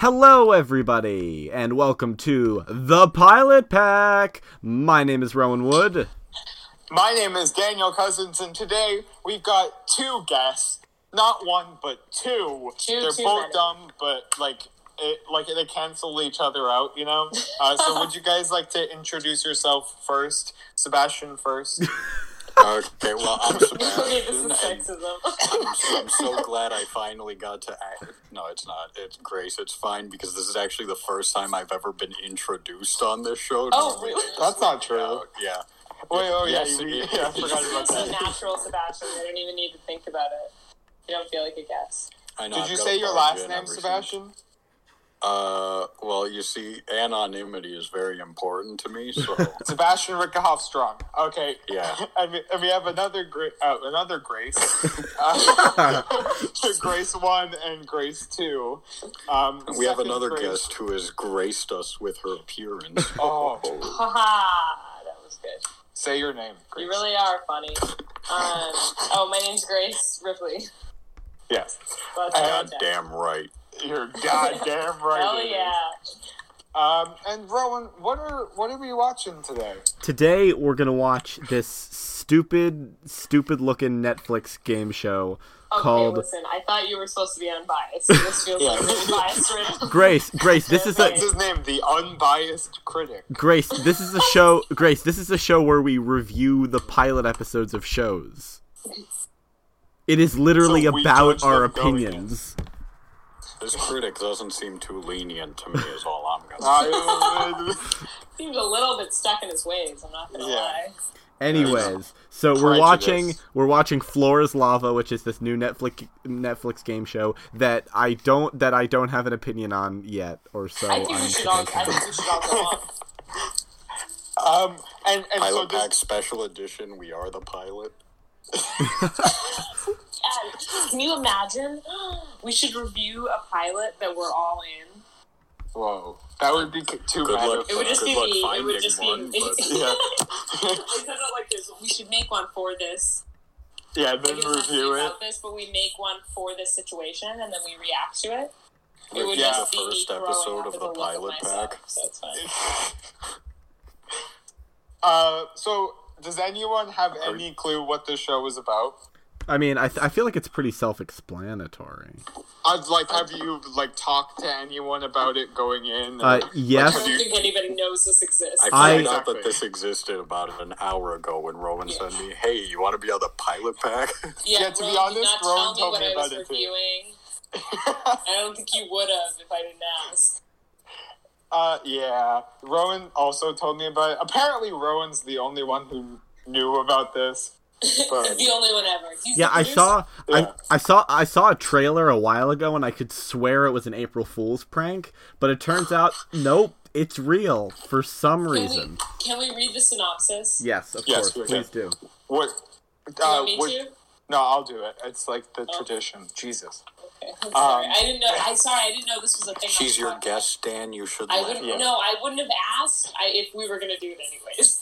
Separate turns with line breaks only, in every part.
Hello, everybody, and welcome to The Pilot Pack. My name is Rowan Wood.
My name is Daniel Cousins, and today we've got two guests. Not one, but 2
Two
They're
too
both
many.
dumb, but like, it, like they cancel each other out, you know. Uh, so, would you guys like to introduce yourself first, Sebastian first?
Okay, well, I'm
Okay, this is
Sebastian, and
sexism.
I'm, I'm so glad I finally got to act. No, it's not. It's Grace. It's fine because this is actually the first time I've ever been introduced on this show.
Oh,
Normally
really?
they just
That's not
leave
true.
out. Yeah.
Wait, oh yeah,
Yes,
you-
it is.
yeah, I forgot about
so
that.
natural, Sebastian. I don't even need to think about it. You don't feel like a guest.
I know
Did
I've
you
got
say
a
your
barge
last
in
name,
every single-
Sebastian?
Uh, well, you see, anonymity is very important to me, so
Sebastian Rickahoff Strong. Okay,
Yeah.
and we, and we have another gra- uh, another Grace, uh, Grace one and Grace two. Um,
we have
second
another
Grace-
guest who has graced us with her appearance.
Oh.
Haha, that was good.
Say your name. Grace.
You really are funny. Um, oh, my name's Grace Ripley.
Yes.
Well, that's
God
okay.
damn right.
You're goddamn right.
Hell
it is.
yeah.
Um, and Rowan, what are what are we watching today?
Today, we're going to watch this stupid, stupid looking Netflix game show
Oh,
Okay,
called.
listen, I thought you were supposed to be unbiased. This feels like an unbiased right now.
Grace, Grace, this is a
That's his name, the unbiased critic.
Grace, this is a show Grace, this is a show where we review the pilot episodes of shows. It is literally
So we
about
judge
our
them going in.
opinions.
This critic doesn't seem too lenient to me, is all I'm gonna say.
I-
Seems a little bit stuck in his ways, I'm not gonna
Yeah.
lie.
Anyways, so we're
Prejudice.
watching we're watching Flora's Lava, which is this new Netflix Netflix game show that I don't that I don't have an opinion on yet, or so.
I think
Oh, I'm
we should all I
supposed to.
think we should all go on.
um, and and so
Pilot Pack
this,
Special Edition. We are the pilot.
Yeah, Can you imagine? We should review a pilot that we're all in.
whoa, that would be c- too
Good
bad.
luck.
It would just
Good
be
luck
me. It
finding
would just
one,
be me.
but-
Yeah,
I said it like this. We should make one for this.
yeah.
We
Then
don't have to be
review it.
about this, but we make one for this situation and then we react to it. It would
Yeah,
just be me
first
throwing
episode
up
of
with
the
a look at
pilot
myself,
pack.
So it's fine.
Uh, so does anyone have any clue what this show is about?
I mean, I, th- I feel like it's pretty self-explanatory.
I'd like have you like talked to anyone about it going in?
Uh,
I
yes,
don't think anybody knows this exists.
I
I-
found out that
Exactly.
this existed about an hour ago when Rowan sent me, "Hey, you want to be on the Pilot Pack?"
yeah, to be
Rowan did
honest,
not
Rowan
tell
told
me
me
what I was
about it too.
reviewing. I don't think you would have if I didn't ask.
uh, yeah. Rowan also told me about it. Apparently, Rowan's the only one who knew about this. But
the only one ever. He's
yeah.
the
I
producer.
saw
Yeah.
I, I saw I saw a trailer a while ago, and I could swear it was an April Fool's prank, but it turns out nope, it's real for some
Can
reason.
We, can we read the synopsis?
Yes, of
Yes, we
course,
can.
please do.
what?
You
Uh,
want me
what-
to?
no, I'll do it. It's like the
Oh.
tradition. Jesus.
Okay, I'm sorry.
Um,
I didn't know. I sorry. I didn't know this was a thing. on
She's
the
your
podcast.
guest, Dan. You should.
I
let
wouldn't.
Yeah.
No, I wouldn't have asked I, if we were gonna do it anyways.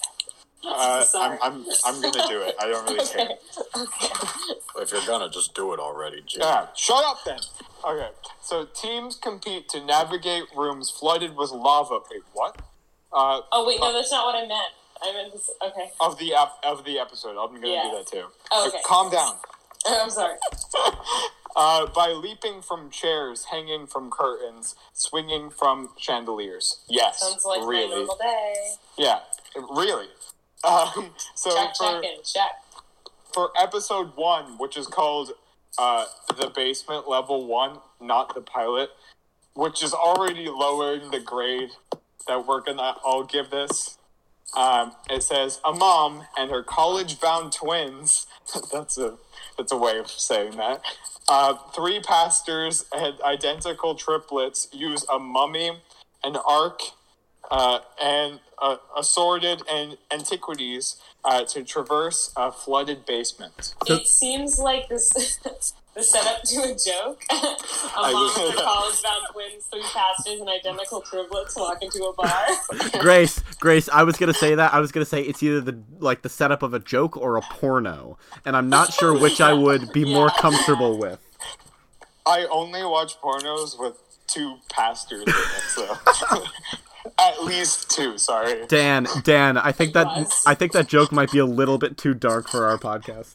Uh, I'm,
Sorry.
I'm, I'm gonna do it. I don't really care.
Okay. Okay.
If you're gonna, just do it already, Jim.
Yeah, shut up then. Okay, so teams compete to navigate rooms flooded with lava. Wait, what? Uh,
Oh wait, no, that's not what I meant. I meant this. Okay.
of the ep- of the episode, I'm gonna
Yeah.
do that too.
Oh,
Uh,
okay.
calm down.
I'm sorry.
Uh, by leaping from chairs, hanging from curtains, swinging from chandeliers. Yes,
Sounds like my
really.
normal day.
Yeah, really. Um, so
Check,
for
check, in, check.
for episode one, which is called uh, the basement level one, not the pilot, which is already lowering the grade that we're gonna all give this. Um, it says a mom and her college-bound twins. that's a that's a way of saying that. Uh, three pastors and identical triplets use a mummy, an ark, uh, and uh, assorted and antiquities uh, to traverse a flooded basement.
So-
it seems like this the setup to a joke. a mom
was-
and college bound twins, three pastors, and identical triplets walk into a bar.
Grace, Grace, I was gonna say that. I was gonna say it's either the like the setup of a joke or a porno, and I'm not sure which I would be more comfortable with.
I only watch pornos with two pastors in it, so at least two. Sorry,
Dan, Dan, I think that
Yes.
I think that joke might be a little bit too dark for our podcast.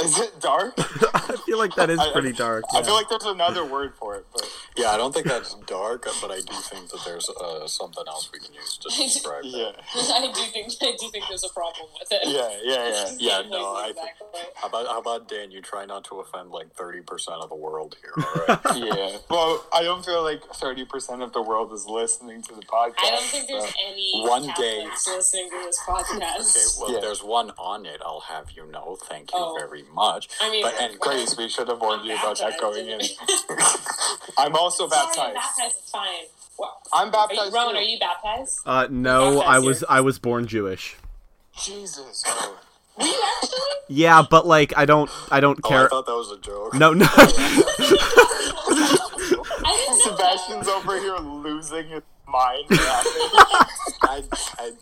is it dark?
I feel like that is
I- I-
pretty dark.
I feel like there's another word for it, but
Yeah, I don't think that's dark, but I do think that there's uh, something else we can use to describe that.
yeah,
I do think I do think there's a problem with it.
yeah, yeah, yeah.
Yeah, no, I think.
exactly.
How about, how about Dan? You try not to offend like thirty percent of the world here. All right.
Yeah. Well, I don't feel like 30% of the world is listening to the podcast.
I don't think there's
so-
any
Uh, One
Catholics
day.
listening to this
Okay,
podcast.
well,
Yeah.
there's one on it. I'll have you know. Thank you
Oh.
very much.
I mean,
but and
well,
Grace,
Grace, we should have warned you about that going in.
I
I'm also
Sorry, I'm
baptized.
baptized. It's fine. Well,
I'm
are you,
baptized.
Rowan,
too.
are you baptized?
Uh, no,
Baptized
I was
here.
I was born Jewish.
Jesus. Rowan.
Were you actually?
Yeah, but like I don't I don't care.
Oh, thought that was a joke.
No, no.
I didn't know that.
Sebastian's over here losing his mind.
I, I,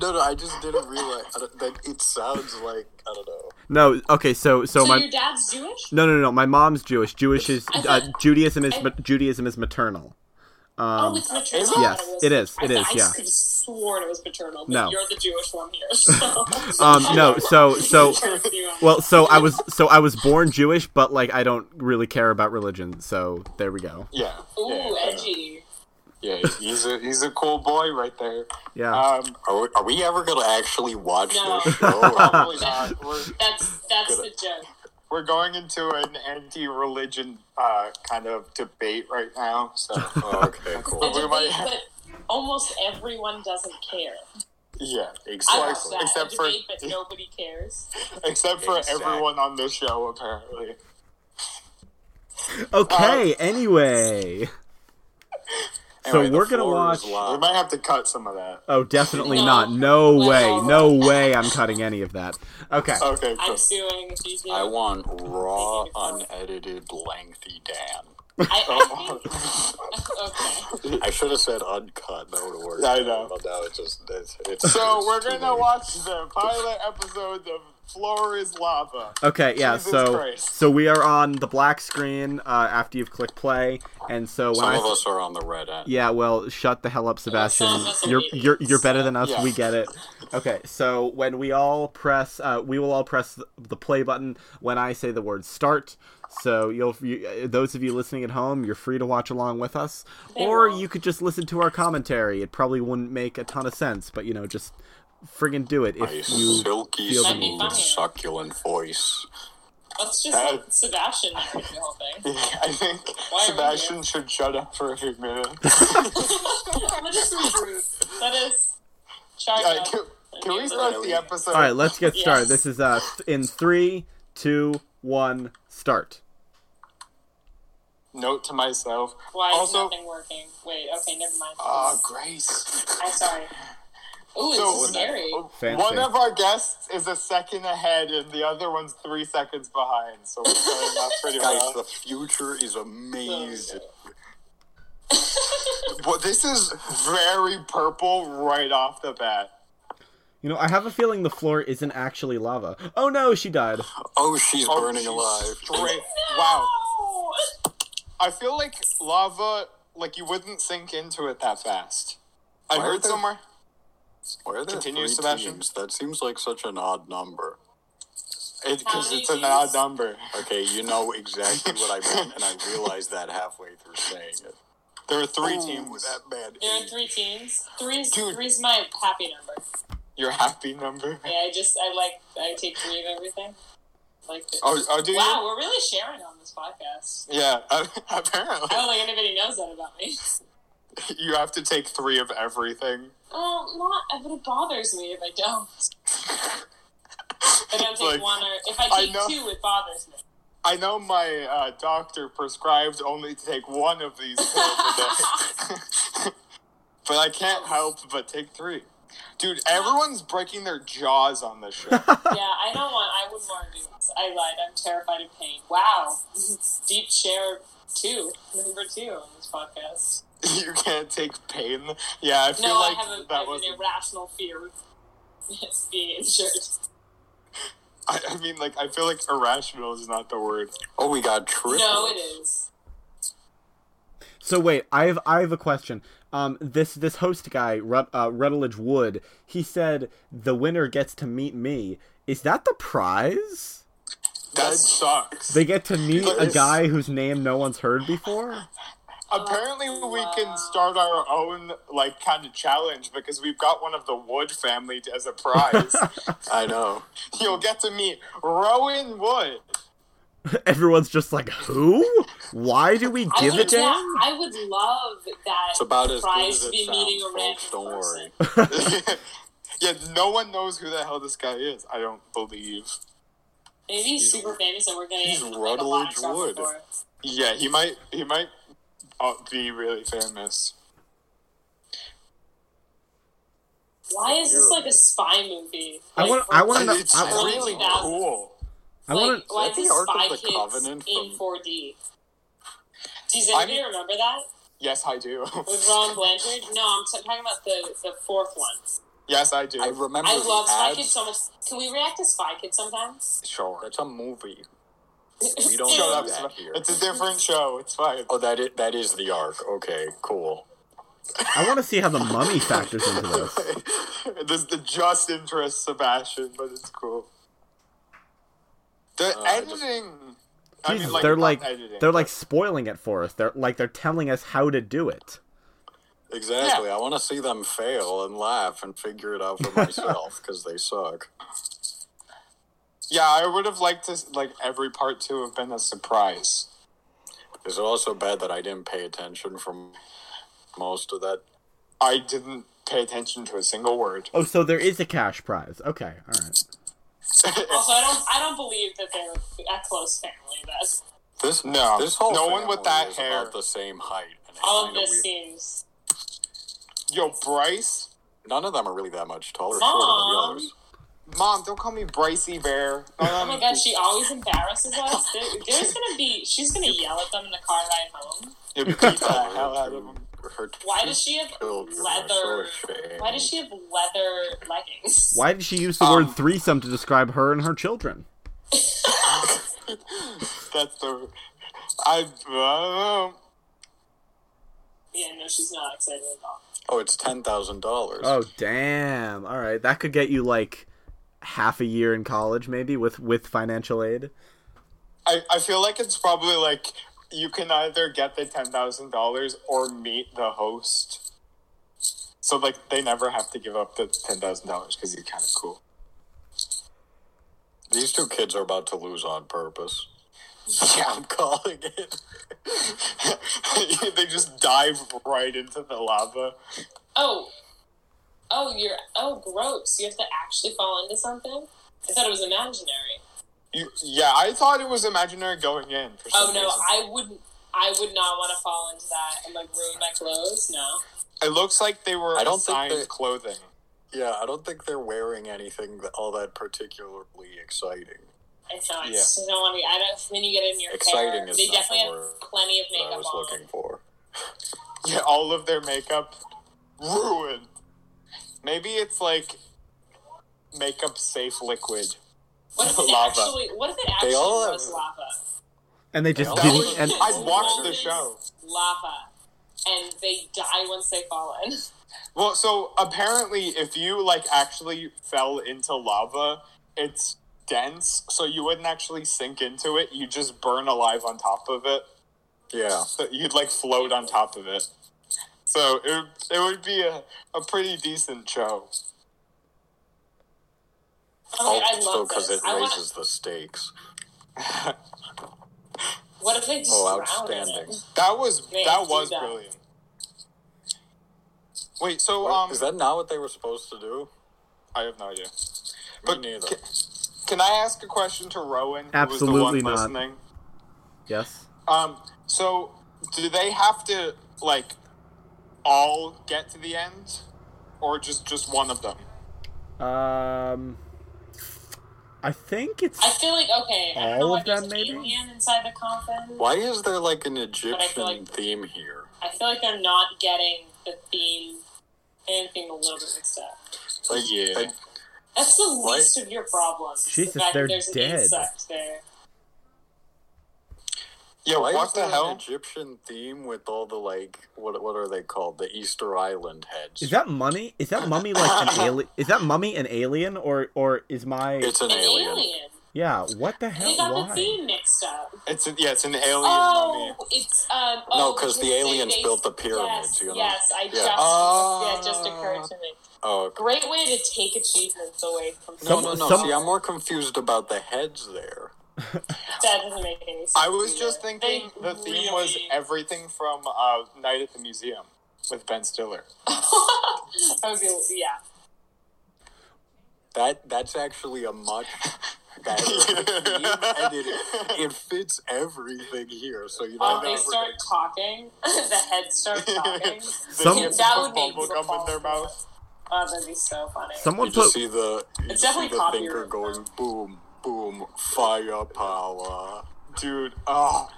no, no. I just didn't realize I don't- that it sounds like I don't know.
no. Okay, so so,
So,
my Um,
your dad's Jewish?
no no no my mom's Jewish. Jewish is
I
uh,
thought-
Judaism is
I-
ma- Judaism is maternal. Um,
oh, it's maternal.
it?
Yes, it is, it
I,
is,
I
yeah.
could have sworn it was paternal, but
No.
you're the Jewish one here. So.
um, no, so so
well,
well, so I was so I was born Jewish, but like I don't really care about religion. So there we go.
yeah.
ooh,
yeah,
edgy.
Yeah, he's a he's a cool boy right there.
Yeah.
Um,
Are we, are we ever gonna actually watch
No.
this show?
probably not. uh, We're
That's that's the
Good.
joke.
we're going into an anti-religion uh, kind of debate right now. So uh,
oh, okay,
The
cool.
we might
debate,
have-
but almost everyone doesn't care.
yeah,
I
Exactly.
love that.
Except
a
for-
debate, but nobody cares.
except for
Exactly.
everyone on this show apparently.
Okay. Anyway. So
Anyway, the
we're gonna
floor is
watch-
We
live.
might have to cut some of that.
Oh, definitely
No.
not. No way.
Well-
No way. I'm cutting any of that. Okay.
Okay,
I'm
cool.
suing if you do.
I want raw, unedited, lengthy Dan.
I, I think, okay.
I should have said uncut. That would have worked.
I know.
But now it's just it's, it's
So
it's
we're
too
gonna
late.
watch the pilot episode of Floor is Lava.
Okay. Yeah.
Jesus
so
Christ.
so we are on the black screen uh, after you've clicked play, and so when
Some
I
of us are on the red end.
yeah, well, shut the hell up, Sebastian.
some of us are
You're you're you're better than us.
Yeah.
We get it. Okay. So when we all press, uh, we will all press the- the play button when I say the word start. So you'll you, uh, those of you listening at home, you're free to watch along with us,
They
or
won't.
you could just listen to our commentary. It probably wouldn't make a ton of sense, but you know, just friggin' do it if
My
you
silky,
feel the
smooth,
need.
succulent voice.
Let's just let Sebastian narrate the whole thing.
I think
Why are we
Sebastian should shut up for a few minutes.
That is rude. That is. Charge
Uh,
up.
can, can we start the episode?
All right, let's get started.
Yes.
This is uh th- in three, two, one, start.
Note to myself.
Why is
also,
nothing working? Wait, okay, never mind.
ah, Grace.
I'm sorry. Ooh, it's
So- oh,
scary.
Fancy.
One of our guests is a second ahead, and the other one's three seconds behind. So we're starting off pretty
Guys,
well.
the future is amazing.
Well, this is very purple right off the bat.
You know, I have a feeling the floor isn't actually lava. Oh no, she died.
Oh, she's
Oh,
burning
she's
alive.
Straight.
No!
Wow. I feel like lava, like you wouldn't sink into it that fast. I
Why are
heard
there-
somewhere.
Why are there
Continue,
three
Sebastian.
teams? That seems like such an odd number.
Because
many
it's an
teams?
odd number.
Okay, you know exactly what I meant, and I realized that halfway through saying it.
There are three
Ooh,
teams.
That bad.
There are three teams. Three's
Dude.
three's my happy number.
Your happy number.
Yeah, I just I like I take three of everything. Like it.
Oh, oh do
wow, we're really sharing on this podcast.
you? Yeah, uh,
I
apparently.
don't think anybody knows that about me.
You have to take three of everything.
Well, not, but it bothers me if I don't. If I take
Like,
one or if I
I
take
know-
two, it bothers me.
I know my uh, doctor prescribed only to take one of these pills a day. but I can't help but take three. Dude, everyone's breaking their jaws on this show.
Yeah, I don't want. I wouldn't want to do this. I lied. I'm terrified of pain. Wow, deep share two, number two on this podcast.
you can't take pain. Yeah, I feel
No,
like
I have, a, I
that
have
was.
an irrational fear of being injured.
I, I mean, like, I feel like irrational is not the word.
Oh, we got triplets.
No, it is.
So wait, I have I have a question. Um, this this host guy, Rut, uh, Rutledge Wood, he said the winner gets to meet me. Is that the prize?
That sucks.
They get to meet a
Yes.
guy whose name no one's heard before.
Apparently, we can start our own like kind of challenge because we've got one of the Wood family as a prize.
I know.
You'll get to meet Rowan Wood.
Everyone's just like, who? Why do we give
I
a
would, yeah,
damn?
I would love that
It's about as good
prize
as
to
it
be meeting
sounds,
a random
folks. Don't
person.
worry.
yeah, no one knows who the hell this guy is. I don't believe.
Maybe he's super famous and we're gonna
he's
get in, like, a lot of
Rutledge
trouble
Wood.
for it.
Yeah, he might. He might uh, be really famous.
Why is this like a spy movie?
I
Like,
wanna-
for-
I wanna know-
It's
I-
really cool.
I
like,
want to.
why is
Is that the
this
Ark of
Spy
the
Kids
Covenant
in
from-
4D? Does anybody
I'm-
remember that
Yes, I do.
with Ron Blanchard? No, I'm t- talking about the the fourth one.
yes, I do.
I remember
I
the
love Spy
ads.
Kids so much. Can we react to Spy Kids sometimes?
sure.
That's a movie. We don't
Shut
know
up.
that
Sp-
here.
It's a different show. It's fine.
Oh, that is, that is the arc. Okay, cool.
I want to see how the mummy factors into this.
this the just interest Sebastian, but it's cool. The
Uh, I
editing.
just-
I mean,
Jesus,
like,
they're
not
like
editing.
they're like spoiling it for us. They're like they're telling us how to do it.
Exactly. I want to see them fail and laugh and figure it out for myself because they suck.
Yeah, I would have liked to like every part to have been a surprise.
It's also bad that I didn't pay attention from most of that.
I didn't pay attention to a single word.
Oh, so there is a cash prize. Okay, all right.
Also, I don't I don't believe that they're a close family. That's
This
No.
this whole
No one with
family
that
is
hair.
about the same height. And it's
all of
kinda
this
weird.
seems.
Yo, Bryce,
None of them are really that much taller or
Mom.
shorter than the others.
mom, don't call me Brycey Bear.
Oh my god, she always embarrasses us. There, there's gonna be she's gonna yell at them in the car ride home.
You beat the hell out of him.
Her
Why does she have
children are so
leather?
ashamed.
Why does she have leather leggings?
Why did she use the
Um,
word threesome to describe her and her children?
That's the. I. Uh,
Yeah, no, she's not excited at all.
Oh, it's ten thousand dollars.
Uh,
Oh damn! All right, that could get you like half a year in college, maybe with with financial aid.
I, I feel like it's probably like you can either get the ten thousand dollars or meet the host. So like they never have to give up the ten thousand dollars because he's kind of cool.
These two kids are about to lose on purpose. Yeah, I'm calling it.
they just dive right into the lava.
Oh, oh, you're oh gross. You have to actually fall into something. I thought it was imaginary.
You, yeah, I thought it was imaginary going in. For some
Oh no,
reason.
I wouldn't. I would not want to fall into that and like ruin my clothes. No.
it looks like they were
I don't think
assigned
they-
clothing.
Yeah, I don't think they're wearing anything that, all that particularly exciting.
I know. I
Yeah.
just don't want to. I don't. Then you get in your
Exciting
hair.
is
They
not
definitely
the
have
word
plenty of
That I
makeup
was
on.
looking for.
Yeah, all of their makeup ruined. Maybe it's like makeup safe liquid.
What if it
Lava.
actually? What if it actually
all have-
was lava?
And they just
That
didn't.
was-
and
I'd watch the
Always
show.
Lava, and they die once they fall in.
Well, so apparently, if you like actually fell into lava, it's dense, so you wouldn't actually sink into it. You just burn alive on top of it.
Yeah,
So you'd like float on top of it. So it would- it would be a, a pretty decent show.
Oh, I love
because
this.
it
I wanna-
raises the stakes.
What if they just
Oh,
drown in it?
outstanding!
That was
Man,
that
do
was
that.
brilliant. Wait, so
What-
um,
is that not what they were supposed to do?
I have no idea.
Me
But
neither.
ca- Can I ask a question to Rowan? who was the one
Absolutely not.
Listening?
yes.
Um, so do they have to like all get to the end, or just just one of them?
Um, I think it's.
I feel like okay. I don't know
All
why
of
there's
them,
an
maybe?
alien inside the coffin.
Why is there like an Egyptian
like-
theme here?
I feel like they're not getting the theme. Anything a little bit mixed up.
Like,
Yeah.
I-
That's the least of your problems.
Jesus,
the fact
they're
that there's
dead.
an insect there.
Yeah,
Why
what
is
the
there
hell?
An Egyptian theme with all the like what what are they called? The Easter Island heads.
Is that mummy? Is that mummy like an alien? Is that mummy an alien or or is my
it's an,
An
alien.
alien.
yeah? What the
They
hell?
got the
Why?
theme mixed up.
It's a, yeah, it's an alien
Oh,
mummy.
it's um.
No,
Oh,
'cause the
they-
aliens
they-
built the pyramids,
Yes,
you know?
yes, I
Yeah.
just
Oh.
that just occurred
Ah.
to me.
Oh okay.
Great way to take achievements away from
no
Some-
no no.
some-
See, I'm more confused about the heads there.
That doesn't make any sense.
I was just
either.
thinking
They
the theme was
really-
everything from uh, Night at the Museum with Ben Stiller.
I would be, yeah.
That that's actually a much better theme, and it, it fits everything here. So you know.
Um,
I'm
they
not-
start talking. the heads start talking.
Some-
kids
That
put
would make
bubble
the
gum in
fall
their
through.
mouth.
oh, that'd be so funny.
Someone
You just
put
see the you
It's
just see
definitely
the thinker
copyright.
going boom boom firepower.
Dude, oh.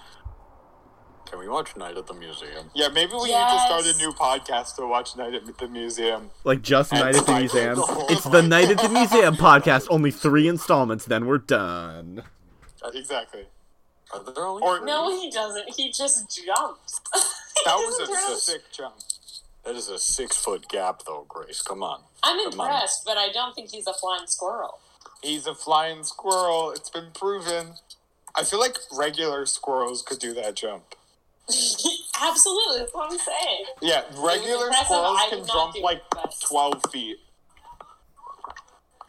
Can we watch Night at the Museum?
Yeah, maybe we need to start
Yes.
a new podcast to watch Night at the Museum.
like just
And
night at the
Spike
museum.
Jones.
It's the night at the museum podcast. Only three installments, then we're done.
Exactly.
Are there only
Or-
three?
No, he doesn't. He just jumps.
That was
Isn't there-
a sick jump.
That is a six foot gap, though, Grace. Come on.
I'm
Come on.
impressed, but I don't think he's a flying squirrel.
He's a flying squirrel. It's been proven. I feel like regular squirrels could do that jump.
Absolutely, that's what I'm saying.
Yeah, regular
impressive.
squirrels
I
can
would not
jump
do it,
like
but-
12 feet.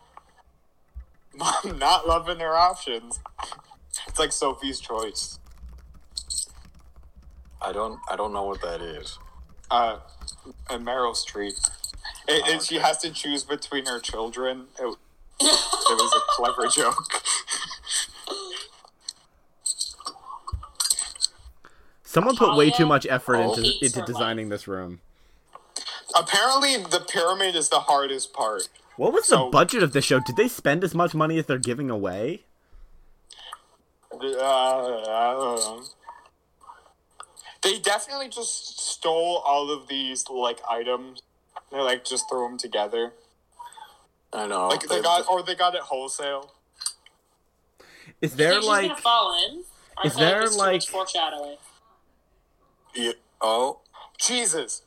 I'm not loving their options. It's like Sophie's choice.
I don't. I don't know what that is.
Uh, and Meryl Streep. It, it, she has to choose between her children. It, it was a clever joke.
Someone put way too
Talia
much effort into
hates
into
her
designing this room.
Apparently, the pyramid is the hardest part.
What was the
So-
budget of this show? Did they spend as much money as they're giving away?
Uh, I don't know. They definitely just stole all of these like items. They like just threw them together.
I know.
Like they got, or they got it wholesale.
Is
They're
there
just
like
gonna fall in. I
is
feel
there,
there's too
like-
much foreshadowing?
Yeah, oh,
Jesus,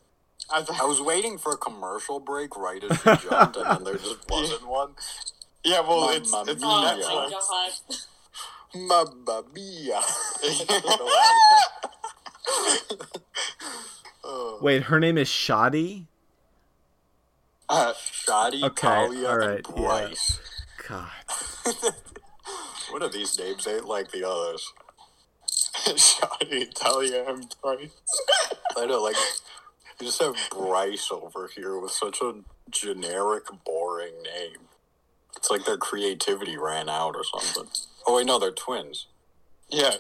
I
I
thought,
was waiting for a commercial break right as she jumped, and then there just wasn't one.
yeah. Well,
Mamma
it's it's
mia.
Oh
Netflix.
my god!
Mamma mia.
wait, her name is Shoddy?
Uh,
Shoddy,
Okay,
Talia,
all
and
right, yeah.
Bryce.
God.
What are these names? They ain't like the others.
Shoddy, Talia, and Bryce.
I know, like, you just have Bryce over here with such a generic, boring name. It's like their creativity ran out or something. Oh, wait, no, they're twins.
Yeah,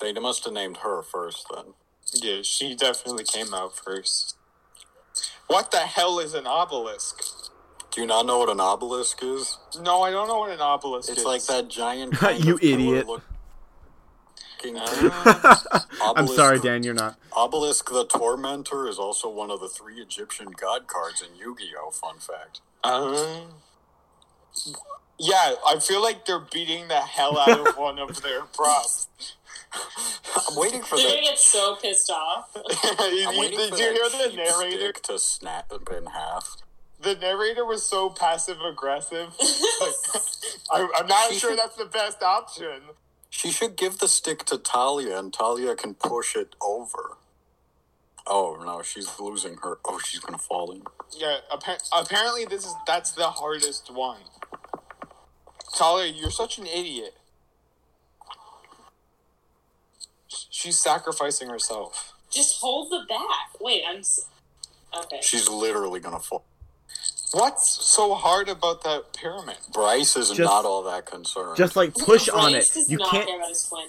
They must have named her first then.
yeah. She definitely came out first. What the hell is an obelisk?
Do you not know what an obelisk is?
No, I don't know what an obelisk
It's
is.
like that giant. kind
You
of pillar
idiot.
looking-
I'm
Obelisk-
sorry, Dan, you're not.
Obelisk the Tormentor is also one of the three Egyptian god cards in Yu Gi Oh! Fun fact. uh,
Um, yeah, I feel like they're beating the hell out of one of their props.
I'm waiting for
They're gonna
the.
get so pissed off.
You-
I'm
you-
waiting
did
for
you hear
that
the
cheap
narrator?
stick to snap in half.
The narrator was so passive aggressive. I, I'm not sure that's the best option.
She should give the stick to Talia, and Talia can push it over. Oh no, she's losing her. Oh, she's gonna fall in.
Yeah, appa- apparently this is that's the hardest one. Talia, you're such an idiot. She's sacrificing herself.
Just hold the back. Wait, I'm. s- Okay.
She's literally gonna fall.
What's so hard about that pyramid?
Bryce is
Just-
not all that concerned.
Just like push
Bryce
on it.
does
You
not care
can't
about his twin.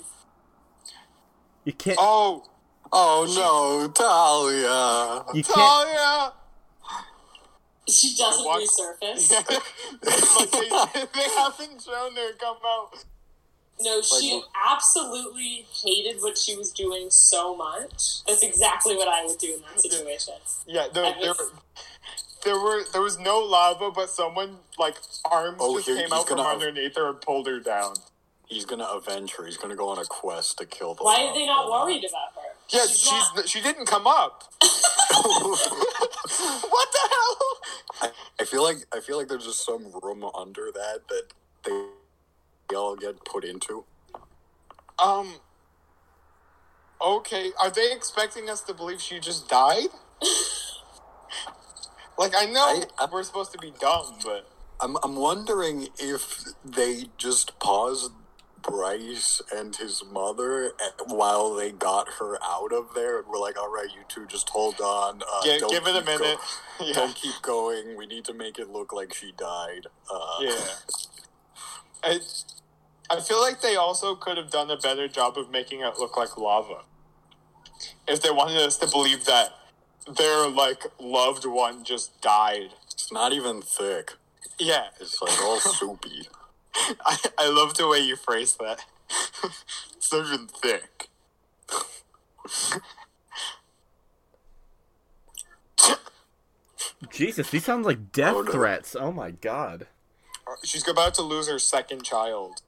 you can't
Oh,
oh no, Talia.
you can't
Talia!
She doesn't
walk-
resurface.
like they, they haven't shown their come out.
No, she
Like-
absolutely hated what she was doing so much. That's exactly what I would do in that situation.
Yeah, there,
I
there,
just-
there were there was no lava, but someone like arms
Oh,
just
here-
came
he's
out from
gonna-
underneath her and pulled her down.
He's gonna avenge her. He's gonna go on a quest to kill the.
Why are they not
Lava.
worried about her?
Yeah, she's,
not-
she didn't come up. what the hell?
I, I feel like I feel like there's just some room under that that they, they all get put into.
Um. Okay, are they expecting us to believe she just died? like I know
I- I-
we're supposed to be dumb, but
I'm I'm wondering if they just paused Bryce and his mother a- while they got her out of there and were like, "All right, you two, just hold on. Uh,
gi-
don't
give it a
keep go-
minute. yeah,
Don't keep going. We need to make it look like she died." Uh,
yeah. I, I feel like they also could have done a better job of making it look like lava. If they wanted us to believe that their like loved one just died.
It's not even thick.
Yeah,
It's like all soupy.
I, I love the way you phrase that. it's not even thick.
Jesus, these sound like death
Oh, no.
threats. Oh my god.
She's about to lose her second child.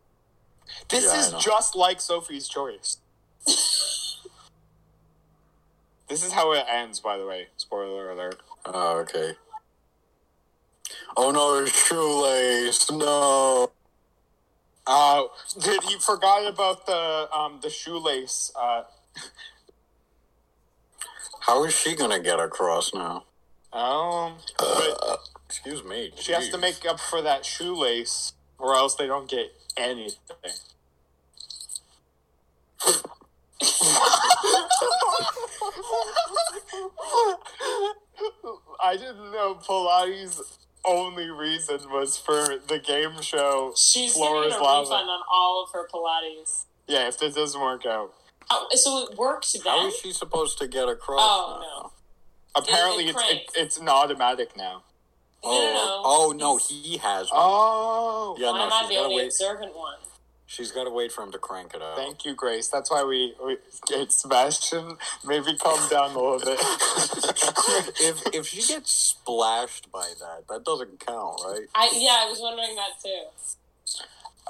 This
Yeah, I
is
know.
just like Sophie's Choice. this is how it ends, by the way. Spoiler alert.
Oh, okay. Oh no, his shoelace! No.
Oh, dude, he forgot about the um the shoelace. Uh,
How is she gonna get across now?
um, but
Excuse me.
she has to
jeez.
make up for that shoelace, or else they don't get anything. I didn't know Pilates' only reason was for the game show.
She's
Floor
getting
is
a
lava.
refund on all of her Pilates.
Yeah, if this doesn't work out,
Oh, so it worked then?
How is she supposed to get across?
Oh, no.
now?
apparently it's it,
crank.
it's an automatic now.
No, no, no.
Oh, oh, no, he has one.
Oh,
yeah,
I
no,
might
she's
be
gotta
only
wait.
observant one.
She's gotta wait for him to crank it out.
Thank you, Grace. That's why we, we get Sebastian. Maybe calm down a little bit.
if if she gets splashed by that, that doesn't count, right?
I yeah, I was wondering that too.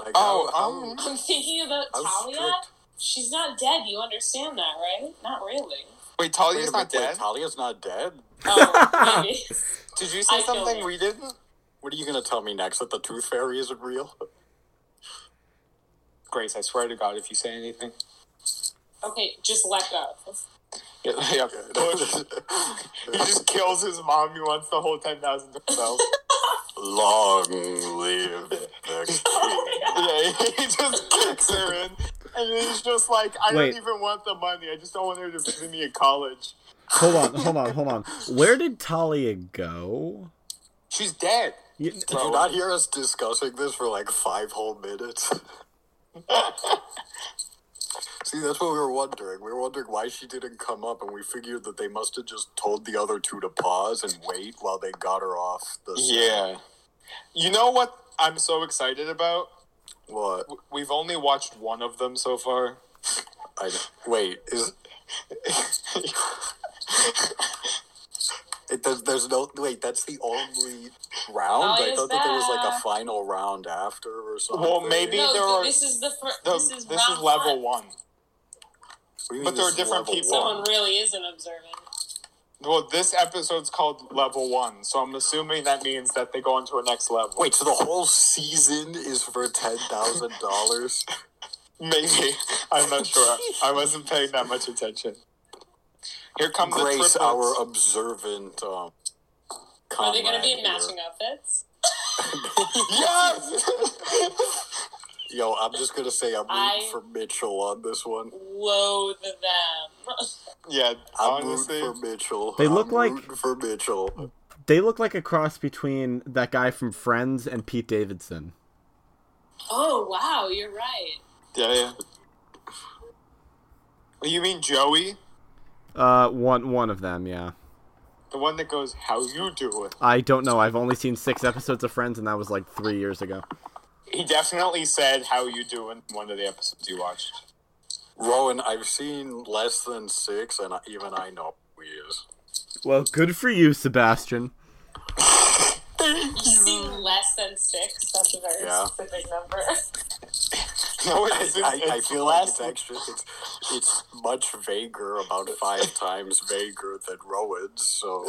Like,
Oh,
how,
um,
how,
I'm thinking about
how
Talia.
strict?
She's not dead. You understand that, right? Not really.
Wait,
Wait,
Talia's
wait,
not
wait,
dead.
Talia's not dead.
Oh, maybe.
Did you say
I killed
something
her.
we didn't?
What are you gonna tell me next? That the tooth fairy isn't real?
Grace, I swear to God, if you say anything,
okay, just let go.
yeah, yeah, push. he just kills his mom. He wants the whole ten thousand to himself.
Long live the king.
yeah, he just kicks her in, and he's just like, I
Wait.
don't even want the money. I just don't want her to visit me at college.
Hold on, hold on, hold on. Where did Talia go?
She's dead.
You-
Did you not hear us discussing this for like five whole minutes? See, that's what we were wondering. We were wondering why she didn't come up, and we figured that they must have just told the other two to pause and wait while they got her off the.
Yeah. You know what? I'm so excited about.
What?
We've only watched one of them so far.
I, wait, is. It, there's, there's no. Wait, that's the only round? I
Talia's
thought that there was like a
back.
final round after or something.
Well, maybe-
No,
there
th-
are-
this is the first.
No,
This is round
level
one.
one.
What do you mean
but there
this
are
is
different
level
people.
one?
Someone really isn't observant.
Well, this episode's called level one, so I'm assuming that means that they go on to a next level.
Wait, so the whole season is for ten thousand dollars?
maybe I'm not sure. I wasn't paying that much attention. Here come
Grace,
the
our
triplets.
observant. Um,
Are they going to
comrade
be in
here.
matching outfits?
Yes.
Yo, I'm just gonna say I'm rooting
I-
for Mitchell on this one.
Loathe them.
yeah,
I'm
honestly,
rooting for Mitchell.
They look
I'm
like-
rooting for Mitchell.
They look like a cross between that guy from Friends and Pete Davidson.
Oh wow, you're right.
yeah, yeah. You mean Joey,
Uh, one one of them, yeah.
the one that goes, "How you doing?"
I don't know. I've only seen six episodes of Friends, and that was like three years ago.
He definitely said, "How you doing?" in One of the episodes you watched.
Rowan, I've seen less than six, and I, even I know who he is.
Well, good for you, Sebastian.
You see less than six. That's a very
Yeah.
specific number.
No, it
I,
isn't.
I, I
It's
feel like it's
plastic.
extra. It's, it's much vaguer, about five times vaguer than Rowan's. So,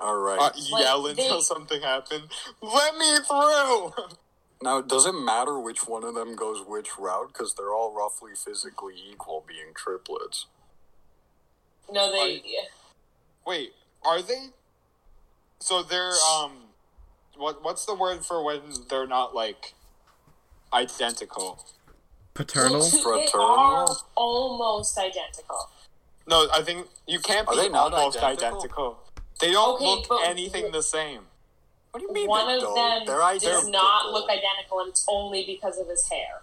all right.
Uh,
Like,
yell until
they-
something happened. Let me through.
now, does it matter which one of them goes which route? Because they're all roughly physically equal, being triplets.
No, they.
Wait, are they? So they're um, what what's the word for when they're not like identical?
Paternal.
Well, two- They
Fraternal?
are almost identical.
No, I think you can't
Are
be
they not
almost
identical?
identical? They don't
Okay,
look
but-
anything the same.
What do you mean?
One
they
of
don't?
them
They're
does
identical.
not look identical, and it's only because of his hair.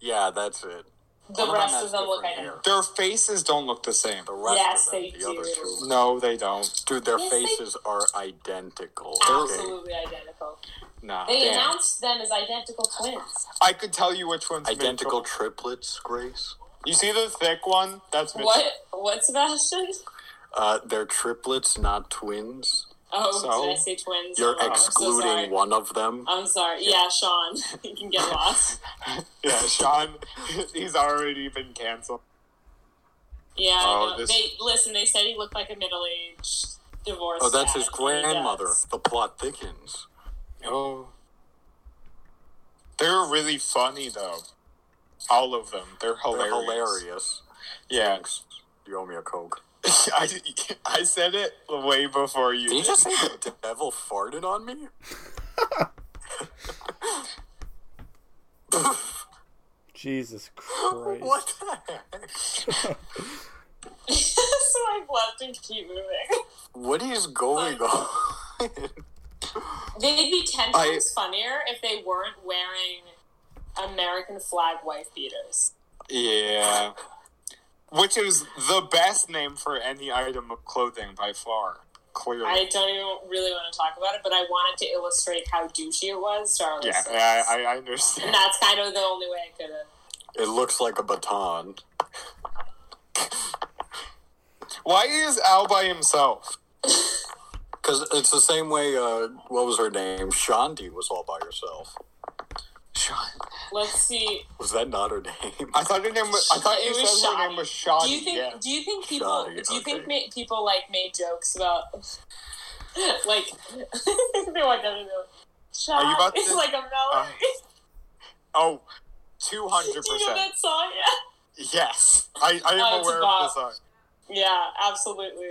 Yeah, that's it.
The
One
rest
has
of them look
different hair.
identical.
Their faces don't look the same.
The rest
Yes,
of them,
they
the other
do.
two.
No, they don't.
Dude, their
Yes, they-
faces are identical. Okay.
Absolutely identical.
Nah.
They
damn.
announced them as identical twins.
I could tell you which one's
Identical
Mitchell.
triplets, Grace.
You see the thick one? That's Mitchell.
What? What, Sebastian?
Uh, they're triplets, not twins.
Oh,
So?
did I say twins?
You're
Oh, I'm so
excluding
sorry.
one of them.
I'm sorry. Yeah, Sean, you can get lost.
Yeah, Sean. He's already been canceled.
Yeah,
Oh,
no,
this-
they listen. They said he looked like a middle-aged divorced.
Oh, that's his
dad, and he
grandmother.
does.
The plot thickens.
Oh. They're really funny though. All of them. They're
They're
hilarious.
hilarious.
Yeah.
You owe me a coke.
I, I said it way before you.
Did you
Did.
just say the devil farted on me?
Jesus Christ.
what the heck?
so I've left and keep moving.
What is going on?
They'd be ten
I-
times funnier if they weren't wearing American flag wife beaters.
Yeah. Which is the best name for any item of clothing by far. Clearly.
I don't even really want to talk about it, but I wanted to illustrate how douchey it was to our
yeah,
listeners.
yeah, I, I
and
understand.
that's kind of the only way I could have.
It looks like a baton.
Why is Al by himself?
Because it's the same way, uh, what was her name? Shandi was all by herself.
Sean.
Let's see.
Was that not her name?
I thought her name was. I thought
It
you
was
said her name was Sean.
Do you think?
yeah.
Do you think people?
Shoddy,
do you think
okay.
ma- people like made jokes about like they walked out and they're like, Shoddy
you about
is
to-
like a
Uh,
melody.
Oh, 200%.
do you know that song? Yeah.
Yes. I, I
Oh,
am
it's
aware
about-
of the song.
Yeah, absolutely.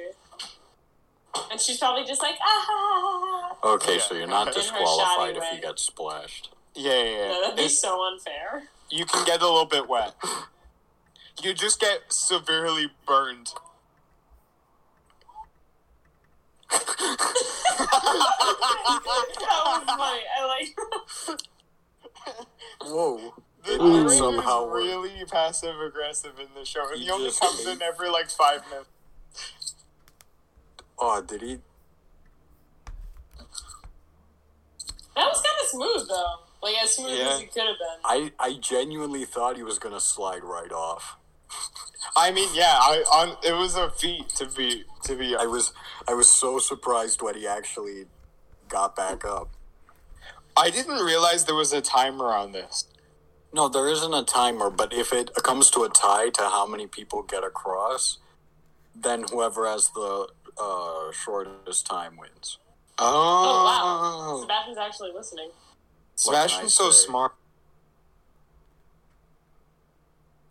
And she's probably just like ah. ha, ha, ha, ha."
Okay,
Yeah.
so you're not
In her
disqualified
shoddy
if
way.
you got splashed.
Yeah, yeah, yeah.
No, that'd be
It's-
so unfair.
you can get a little bit wet. You just get severely burned.
that was funny. I like.
Whoa.
The
Ooh.
narrator
Somehow
is
we're-
really passive aggressive in the show, and
He
he only
just
comes in
hates-
every like five minutes.
Oh, did he?
That was kind of smooth though. Like as smooth
Yeah.
as it could have been.
I, I genuinely thought he was going to slide right off.
I mean, yeah, I on it was a feat to be to be.
I was I was so surprised when he actually got back up.
I didn't realize there was a timer on this.
No, there isn't a timer, but if it comes to a tie to how many people get across, then whoever has the uh, shortest time wins.
Oh wow,
Oh,
Sebastian's actually listening.
Smash
What can I
is so
say?
smart.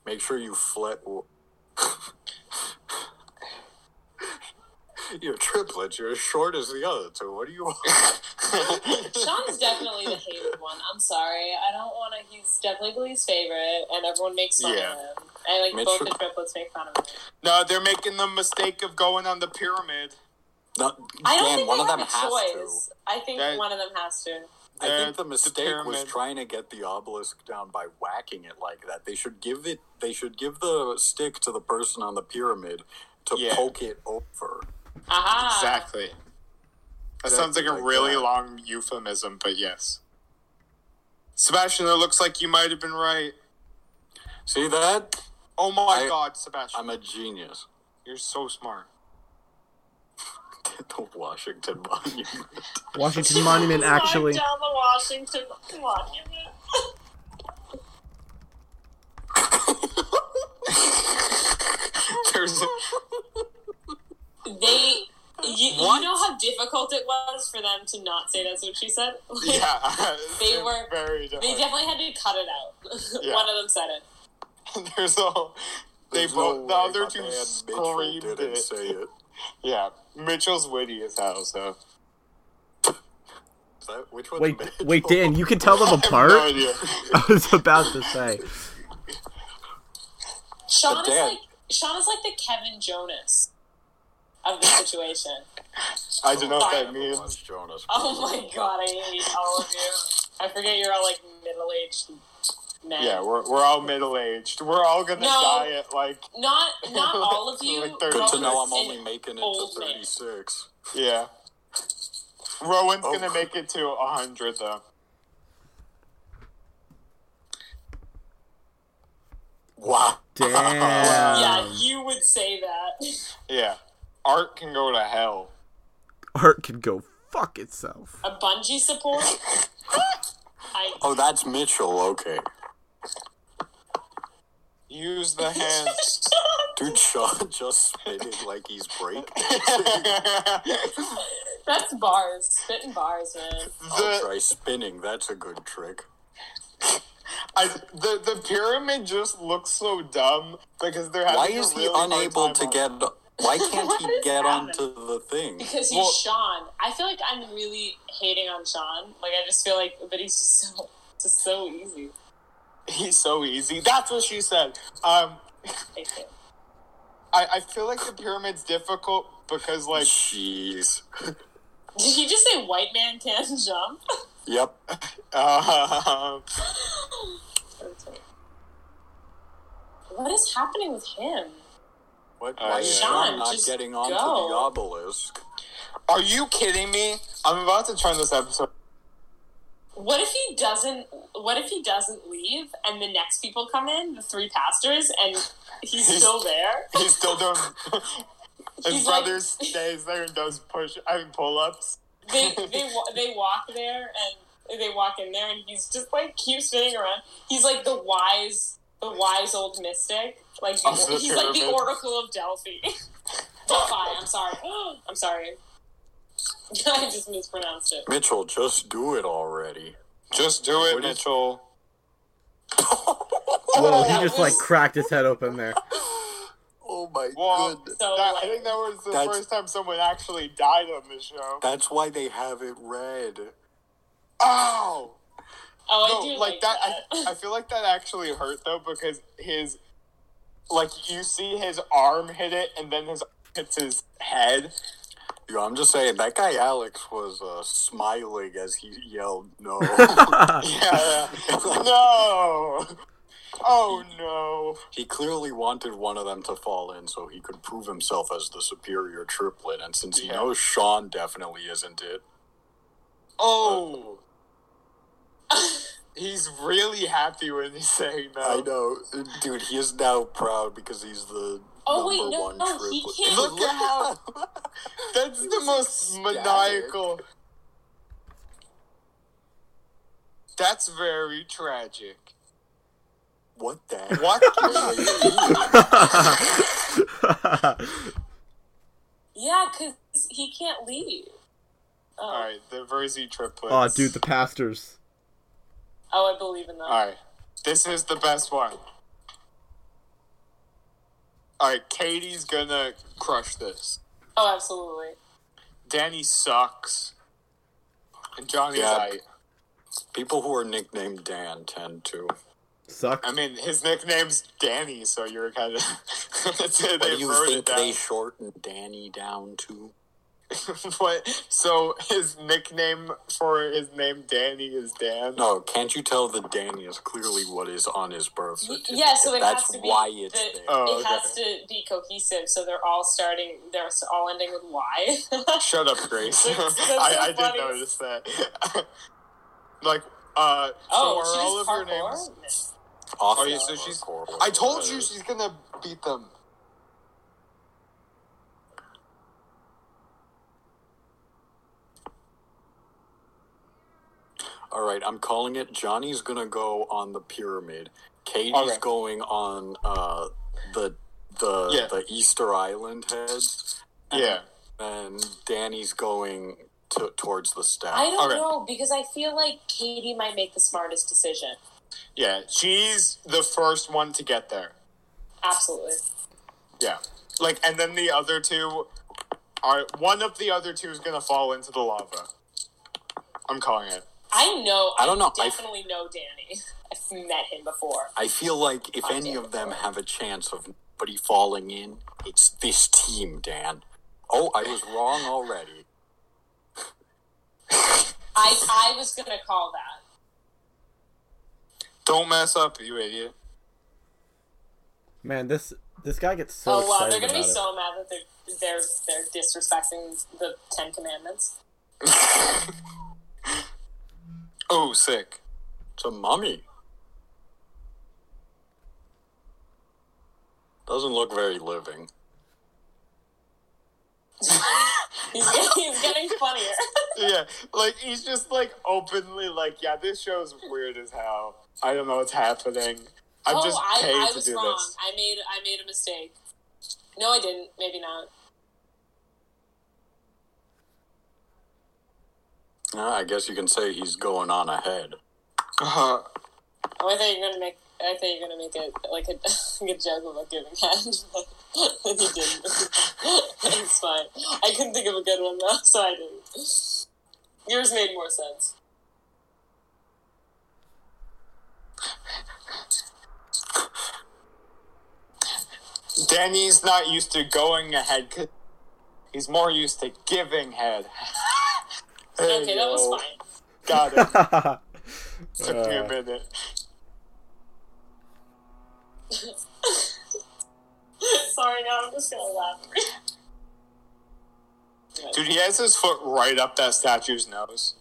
Make sure you flip. you're triplets. You're as short as the other two. What do you want?
Sean's definitely the hated one. I'm sorry. I don't want to. He's definitely Glee's favorite, and everyone makes fun
Yeah.
of him. And like
Mitch-
both the triplets make fun of him.
No, they're making the mistake of going on the pyramid.
Not,
I don't
Dan,
think
one
they
of
have
them
a
has
choice. I think
That-
one of them has to.
to. I
They're
think the mistake was
pyramid.
trying to get the obelisk down by whacking it like that. They should give it. They should give the stick to the person on the pyramid to
Yeah.
poke it over.
Aha!
Exactly. That
Exactly
sounds like a
like
really
that.
long euphemism, but yes. Sebastian, it looks like you might have been right.
See that?
Oh my
I-
god, Sebastian.
I'm a genius.
You're so smart.
the Washington Monument.
Washington Monument
Slide
actually.
down the Washington Monument.
There's
They. You, you
What?
know how difficult it was for them to not say that's what she said? Like,
yeah,
They
it's
were-
very
They
different.
definitely had to cut it out.
Yeah.
One of them said it.
There's a they
There's
both the
no way
other
my
two
man Mitchell
screamed
didn't
it.
say it.
Yeah, Mitchell's witty as hell. So
Is that, which one's
Wait,
Mitchell?
wait, Dan, you can tell them apart.
no idea.
I was about to say.
Sean
But
is
Dan-
like Sean is like the Kevin Jonas of the situation.
I don't know what that
Never
means.
watched Jonas
Oh my god, I hate all of you. I forget you're all like middle aged men.
Yeah, we're we're all middle aged. We're all gonna
No.
die at like
not not all of you.
Like thirty.
Good to
Rowan
know I'm
and-
only making it to
old man.
36.
yeah. Rowan's
Oh.
gonna make it to hundred though.
Wow.
Damn.
Yeah, you would say that.
Yeah, Art can go to hell.
Art could go fuck itself.
A bungee support. I
Oh, that's Mitchell. Okay.
Use the hands.
Dude, Sean just spinning like he's breaking.
the
that's bars, spitting bars, man.
I'll try spinning. That's a good trick.
I, the the pyramid just looks so dumb because they're having.
Why
a
is he
really hard
unable
time
to
on it.
get? Why can't
What
he
is
get
happening?
onto the thing?
Because he's
Well-
Sean. I feel like I'm really hating on Sean. Like I just feel like, but he's just so, just so easy.
He's so easy. That's what she said. Um,
Like, it-
I, I feel like the pyramid's difficult because like
Jeez.
Did you just say white man can jump?
Yep.
uh,
what is happening with him?
What?
Uh,
Why is
Sean,
Sean not
just
getting onto
go.
the obelisk?
are you kidding me? I'm about to turn this episode.
What if he doesn't? What if he doesn't leave, and the next people come in, the three pastors, and he's still there?
He's still doing. His
He's
brother
like-
stays there and does push. I mean pull ups.
They they wa- they walk there, and they walk in there, and he's just like keeps spinning around. He's like the wise, the wise old mystic. Like the-
Of the
he's like the
pyramid.
oracle of Delphi. Delphi. I'm sorry. I'm sorry. I just mispronounced it.
Mitchell, just do it already.
Just do it,
What is-
Mitchell.
Whoa, he
that
just
was-
like cracked his head open there.
Oh my
Well,
goodness.
So
That-
like,
I think that was the
That's-
first time someone actually died on the show.
That's why they have it red.
Oh.
oh, I
No,
do
like, that. I, I
that.
feel like that actually hurt though because his, like, you see his arm hit it, and then his hits his head.
Yo, I'm just saying that guy Alex was uh, smiling as he yelled no.
Yeah. no. Oh no.
he clearly wanted one of them to fall in so he could prove himself as the superior triplet, and since he
Yeah.
knows Sean definitely isn't it,
Oh. He's really happy when he's saying that.
I know, um, dude. He is now proud because he's the
Oh, wait,
number
no,
one
no, he
triplet.
can't.
Look at how- That's the most maniacal. That's very tragic.
what the heck?
What?
yeah, because he can't leave. Oh,
All right, the Verzi triplets.
oh, dude, the pastors.
oh I believe in that.
All right, this is the best one. All right, Katie's gonna crush this.
Oh, absolutely.
Danny sucks, and Johnny's
Yeah.
aight.
People who are nicknamed Dan tend to.
Suck.
I mean, his nickname's Danny, so you're kind of. they
What do you
wrote it
think they
down.
shortened Danny down to?
what? So his nickname for his name Danny is Dan.
No, can't you tell that Danny is clearly what is on his birth
Y-
certificate?
Yeah, so it
That's
has to be.
why it's
the-
there.
Oh,
it
okay.
has to be cohesive, so they're all starting. They're s- all ending with Y.
Shut up, Grace.
That's so
I, I did
funny.
notice that. like, uh, so
oh,
are
she
all of
just
her
parkour?
names?
Off
Oh, yeah, so
color,
she's-
or
I told
whatever.
you she's gonna beat them.
All right, I'm calling it. Johnny's gonna go on the pyramid. Katie's
Okay.
going on uh, the the
Yeah.
the Easter Island heads,
Yeah.
and Danny's going to, towards the staff.
I don't
Okay.
know because I feel like Katie might make the smartest decision.
Yeah. She's the first one to get there.
Absolutely.
Yeah. Like, and then the other two are. One of the other two is going to fall into the lava. I'm calling it.
I know.
I don't know. I-
Definitely know Danny. I've met him before.
I feel like if
I
any
don't
of them
know.
have a chance of nobody falling in, it's this team, Dan. Oh, I was wrong already.
I I was gonna call that.
Don't mess up, you idiot.
Man, this this guy gets so
oh wow,
excited
they're gonna be
about it.
so mad that they're they're they're disrespecting the Ten Commandments.
Oh, sick.
It's a mummy. Doesn't look very living.
He's, get- he's getting funnier.
Yeah. Like, he's just, like, openly, like, yeah, this show's weird as hell. I don't know what's happening. I'm
oh,
just
I,
paid
I
to
was
do
wrong.
this.
I made I made a mistake. No, I didn't. Maybe not.
Yeah, Ah, I guess you can say he's going on ahead.
Uh-huh.
Oh, I thought you were gonna make. I thought you were gonna make it like a, like a joke about giving head. you didn't. it's fine. I couldn't think of a good one though, so I didn't. Yours made more sense.
Danny's not used to going ahead. 'cause He's more used to giving head. Hey,
okay, that was
yo.
fine.
Got it. Took me a
Uh,
minute.
Sorry, now I'm just gonna laugh.
Dude, he has his foot right up that statue's nose.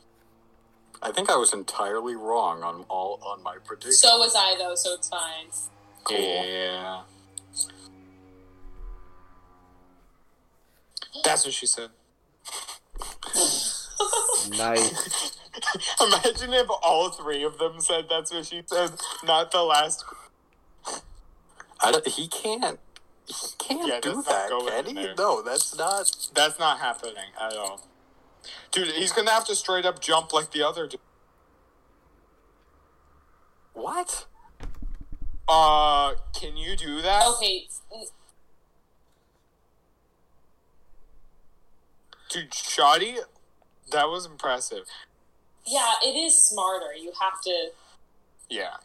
I think I was entirely wrong on all on my prediction.
So was I though, so it's fine.
Cool.
Yeah. That's what she said.
nice.
Imagine if all three of them said that's what she said, not the last.
I don't- he can't. He can't
Yeah,
do
that's not
that,
going
can
in
he?
there.
No, that's not.
That's not happening at all. Dude, he's gonna have to straight up jump like the other. d-
What?
Uh, can you do that?
Okay,
Dude, Shoddy, that was impressive.
yeah, it is smarter. You have to.
Yeah.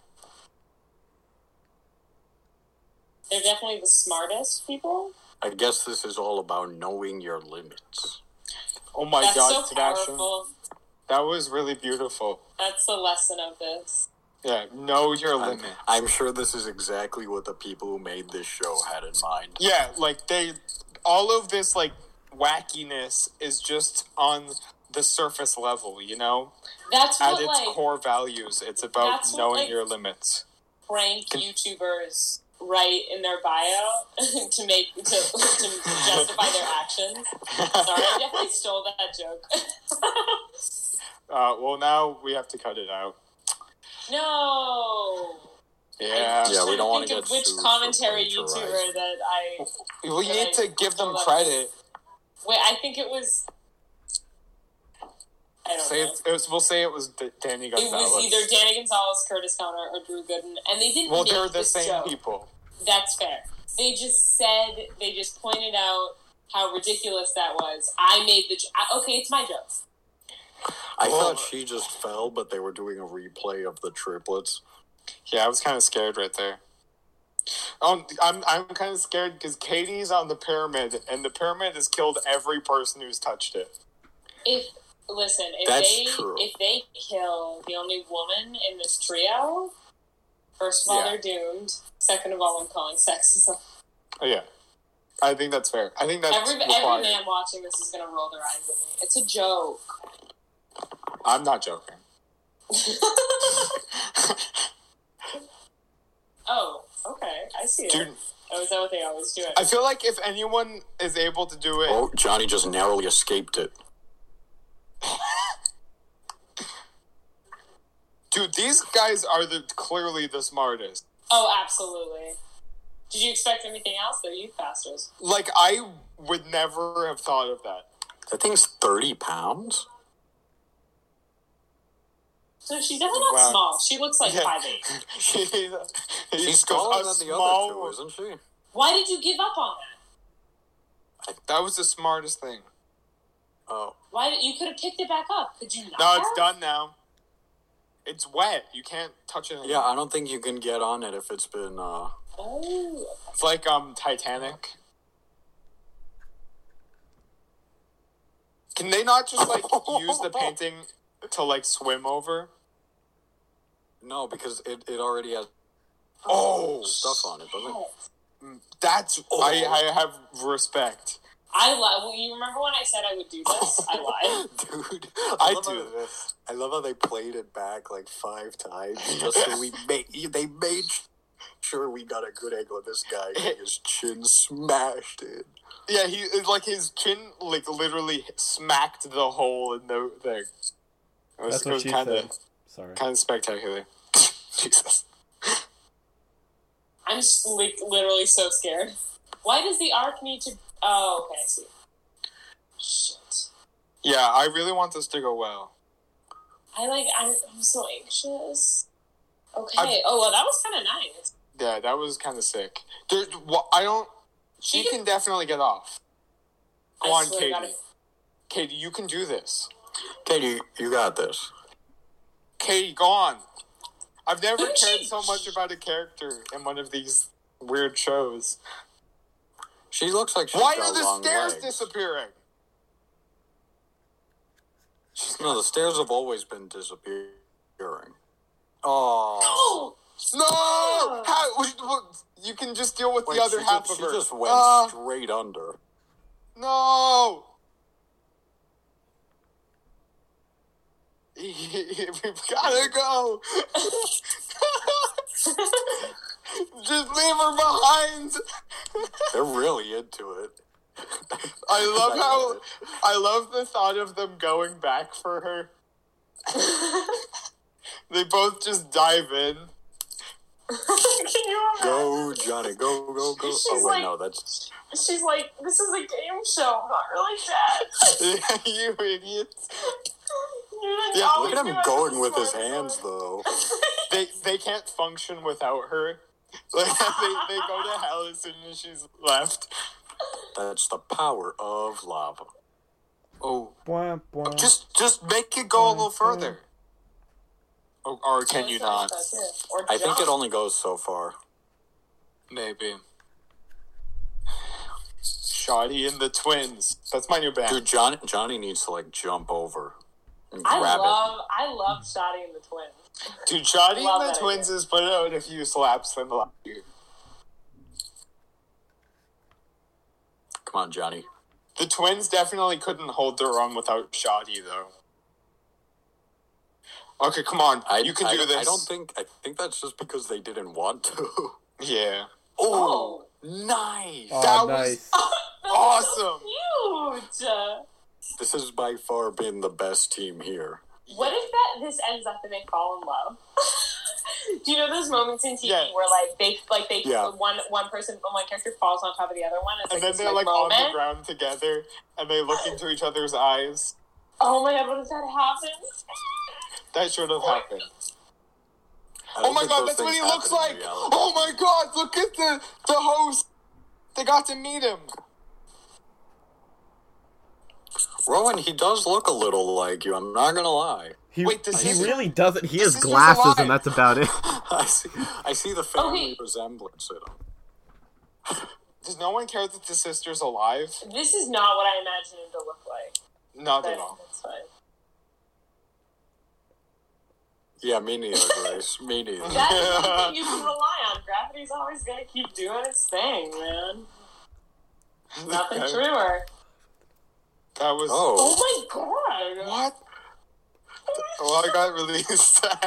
They're definitely the smartest people.
I guess this is all about knowing your limits.
Oh my
That's
god,
so
Sebastian.
powerful.
That was really beautiful.
That's the lesson of this.
Yeah, know your
I'm,
limit.
I'm sure this is exactly what the people who made this show had in mind.
Yeah, like they, all of this like wackiness is just on the surface level, you know.
That's
At
what
its
like
core values, it's about
That's what,
knowing
like-
your limits.
prank YouTubers write in their bio to make to, to justify their actions. Sorry, I definitely stole that joke.
Uh, well, now we have to cut it out.
no.
Yeah,
Yeah, we
Trying to
don't wanna
think of
get
which
sued for
commentary
plagiarizing.
YouTuber that I
we need to give them credit.
wait. I think it was. I don't
Say
know.
it, it was, we'll say it was D- Danny
It
Gonzalez.
was either Danny Gonzalez, Curtis Conner, or Drew Gooden, and they didn't.
well,
make
they're the
this
same
joke.
people.
That's fair. They just said they just pointed out how ridiculous that was. I made the jo- I- okay. It's my joke.
I
Well- uh,
thought she just fell, but they were doing a replay of the triplets.
Yeah, I was kind of scared right there. Um, I'm I'm kind of scared because Katie's on the pyramid, and the pyramid has killed every person who's touched it.
If listen, if
That's
they
true.
if they kill the only woman in this trio, first of all
Yeah.
they're doomed. Second of all, I'm calling sexism.
Oh, yeah, I think that's fair. I think that's
Every every
required.
man watching this is gonna roll their eyes at me. It's a joke.
I'm not joking.
Oh, okay, I see it.
Dude,
Oh, is that what they always do?
I feel like if anyone is able to do it,
Oh, Johnny just narrowly escaped it.
Dude, these guys are the clearly the smartest.
Oh, absolutely. Did you expect anything else? They're youth pastors.
Like I would never have thought of that.
That thing's 30 pounds?
No, she's definitely not
Wow.
small. She looks like
Yeah.
five eight.
He's,
She's
he's
smaller
got
than
a
the other two,
small-
isn't she?
Why did you give up on that?
That was the smartest thing.
Oh,
Why did you could have picked it back up? Could you not?
No, it's
have?
done now. It's wet. You can't touch it. Anymore.
yeah, I don't think you can get on it if it's been, uh,
Oh,
It's like um Titanic. Can they not just like use the painting to like swim over?
no, because it, it already has
Oh,
stuff on it, doesn't it?
shit.
That's I, I have respect.
I love. Well, you remember when I said I would do this? I lied.
Dude,
I
love
do
how- I love how they played it back like five times just so we made. They made sure we got a good angle of this guy. getting His chin smashed in.
Yeah, he it's like his chin like literally smacked the hole in the thing. It was,
That's
it
what
was
she
kind of
said. Sorry.
kind of spectacular. Jesus.
I'm just, like literally so scared. Why does the ark need to? Oh, okay, I see. Shit.
Yeah, I really want this to go well.
I like. I'm, I'm so anxious. Okay.
I'm-
oh well, that was kind of nice.
Yeah, that was kind of sick. There, wha- I don't. She
She
can definitely get off. Go
I
on,
swear to God,
Katie. Katie, you can do this.
Katie, you got this.
Katie, go on. I've never
Who's
cared
she?
so much about a character in one of these weird shows.
She looks like she's
Why
got
are the
long
stairs
legs.
disappearing?
No, the stairs have always been disappearing. Oh,
Oh,
No! How, we- well, you can just deal with
Wait,
the other
she
half
just,
of her.
She just went
Ah,
straight under.
no! We've gotta go! just leave her behind!
They're really into it.
I love
I
how
love it.
I love the thought of them going back for her. they both just dive in.
can you imagine?
Go, Johnny, go, go, go.
She's
oh wait,
like-
no, that's
She's like, this is a game show. I'm not really dead.
you idiots.
You're like,
Yeah,
always
look at him
doing
going
this
with his
sort of
hands
stuff.
though.
They they can't function without her. Like they, they go to hell as soon as she's left.
That's the power of lava.
Oh
Bwah, bwah.
just just make it go a
Mm-hmm.
little
Mm,
further. Oh, or can you not?
Or
I think
jump.
it only goes so far.
Maybe. Shoddy and the twins. That's my new band.
Dude, Johnny, Johnny needs to like jump over and
I
grab it.
love, I love Shotty and the twins.
Dude, Johnny
Love
and the
that
Twins
idea.
has put out a few slaps in the last year.
Come on, Johnny.
The Twins definitely couldn't hold their own without Shoddy, though. Okay, come on.
I,
you can
I-
do this.
I don't think. I think that's just because they didn't want to.
Yeah.
Oh,
Oh,
nice!
Oh,
that was-
nice.
that's
Awesome.
So cute. Uh,
This has by far been the best team here.
What if that this ends up and they fall in love? Do you know those moments in TV
Yeah.
where like they like they
Yeah.
one one person one character falls on top of the other one? It's
And
like
then
this
they're
big
like
moment.
on the ground together and they look into each other's eyes.
Oh my god, what if that happens?
That should have happened.
I
Oh
don't
my
think
god,
those
that's what
things
he
happen
looks
in
like!
reality.
Oh my god, look at the, the host! They got to meet him.
Rowan, he does look a little like you. I'm not gonna lie.
He,
Wait, does
he
his-
really doesn't. He has
sister's
glasses,
alive.
and that's about it.
I see. I see the family
Okay.
resemblance in him.
Does no one care that the sister's alive?
This is not what I imagined him to look like.
Not
But
at all.
that's fine.
Yeah, me neither, Grace. me neither.
That is something you can rely on. Gravity's always gonna keep doing its thing, man. Nothing
Okay.
truer.
That was.
Oh,
Oh my god.
What? Well, I got really sad.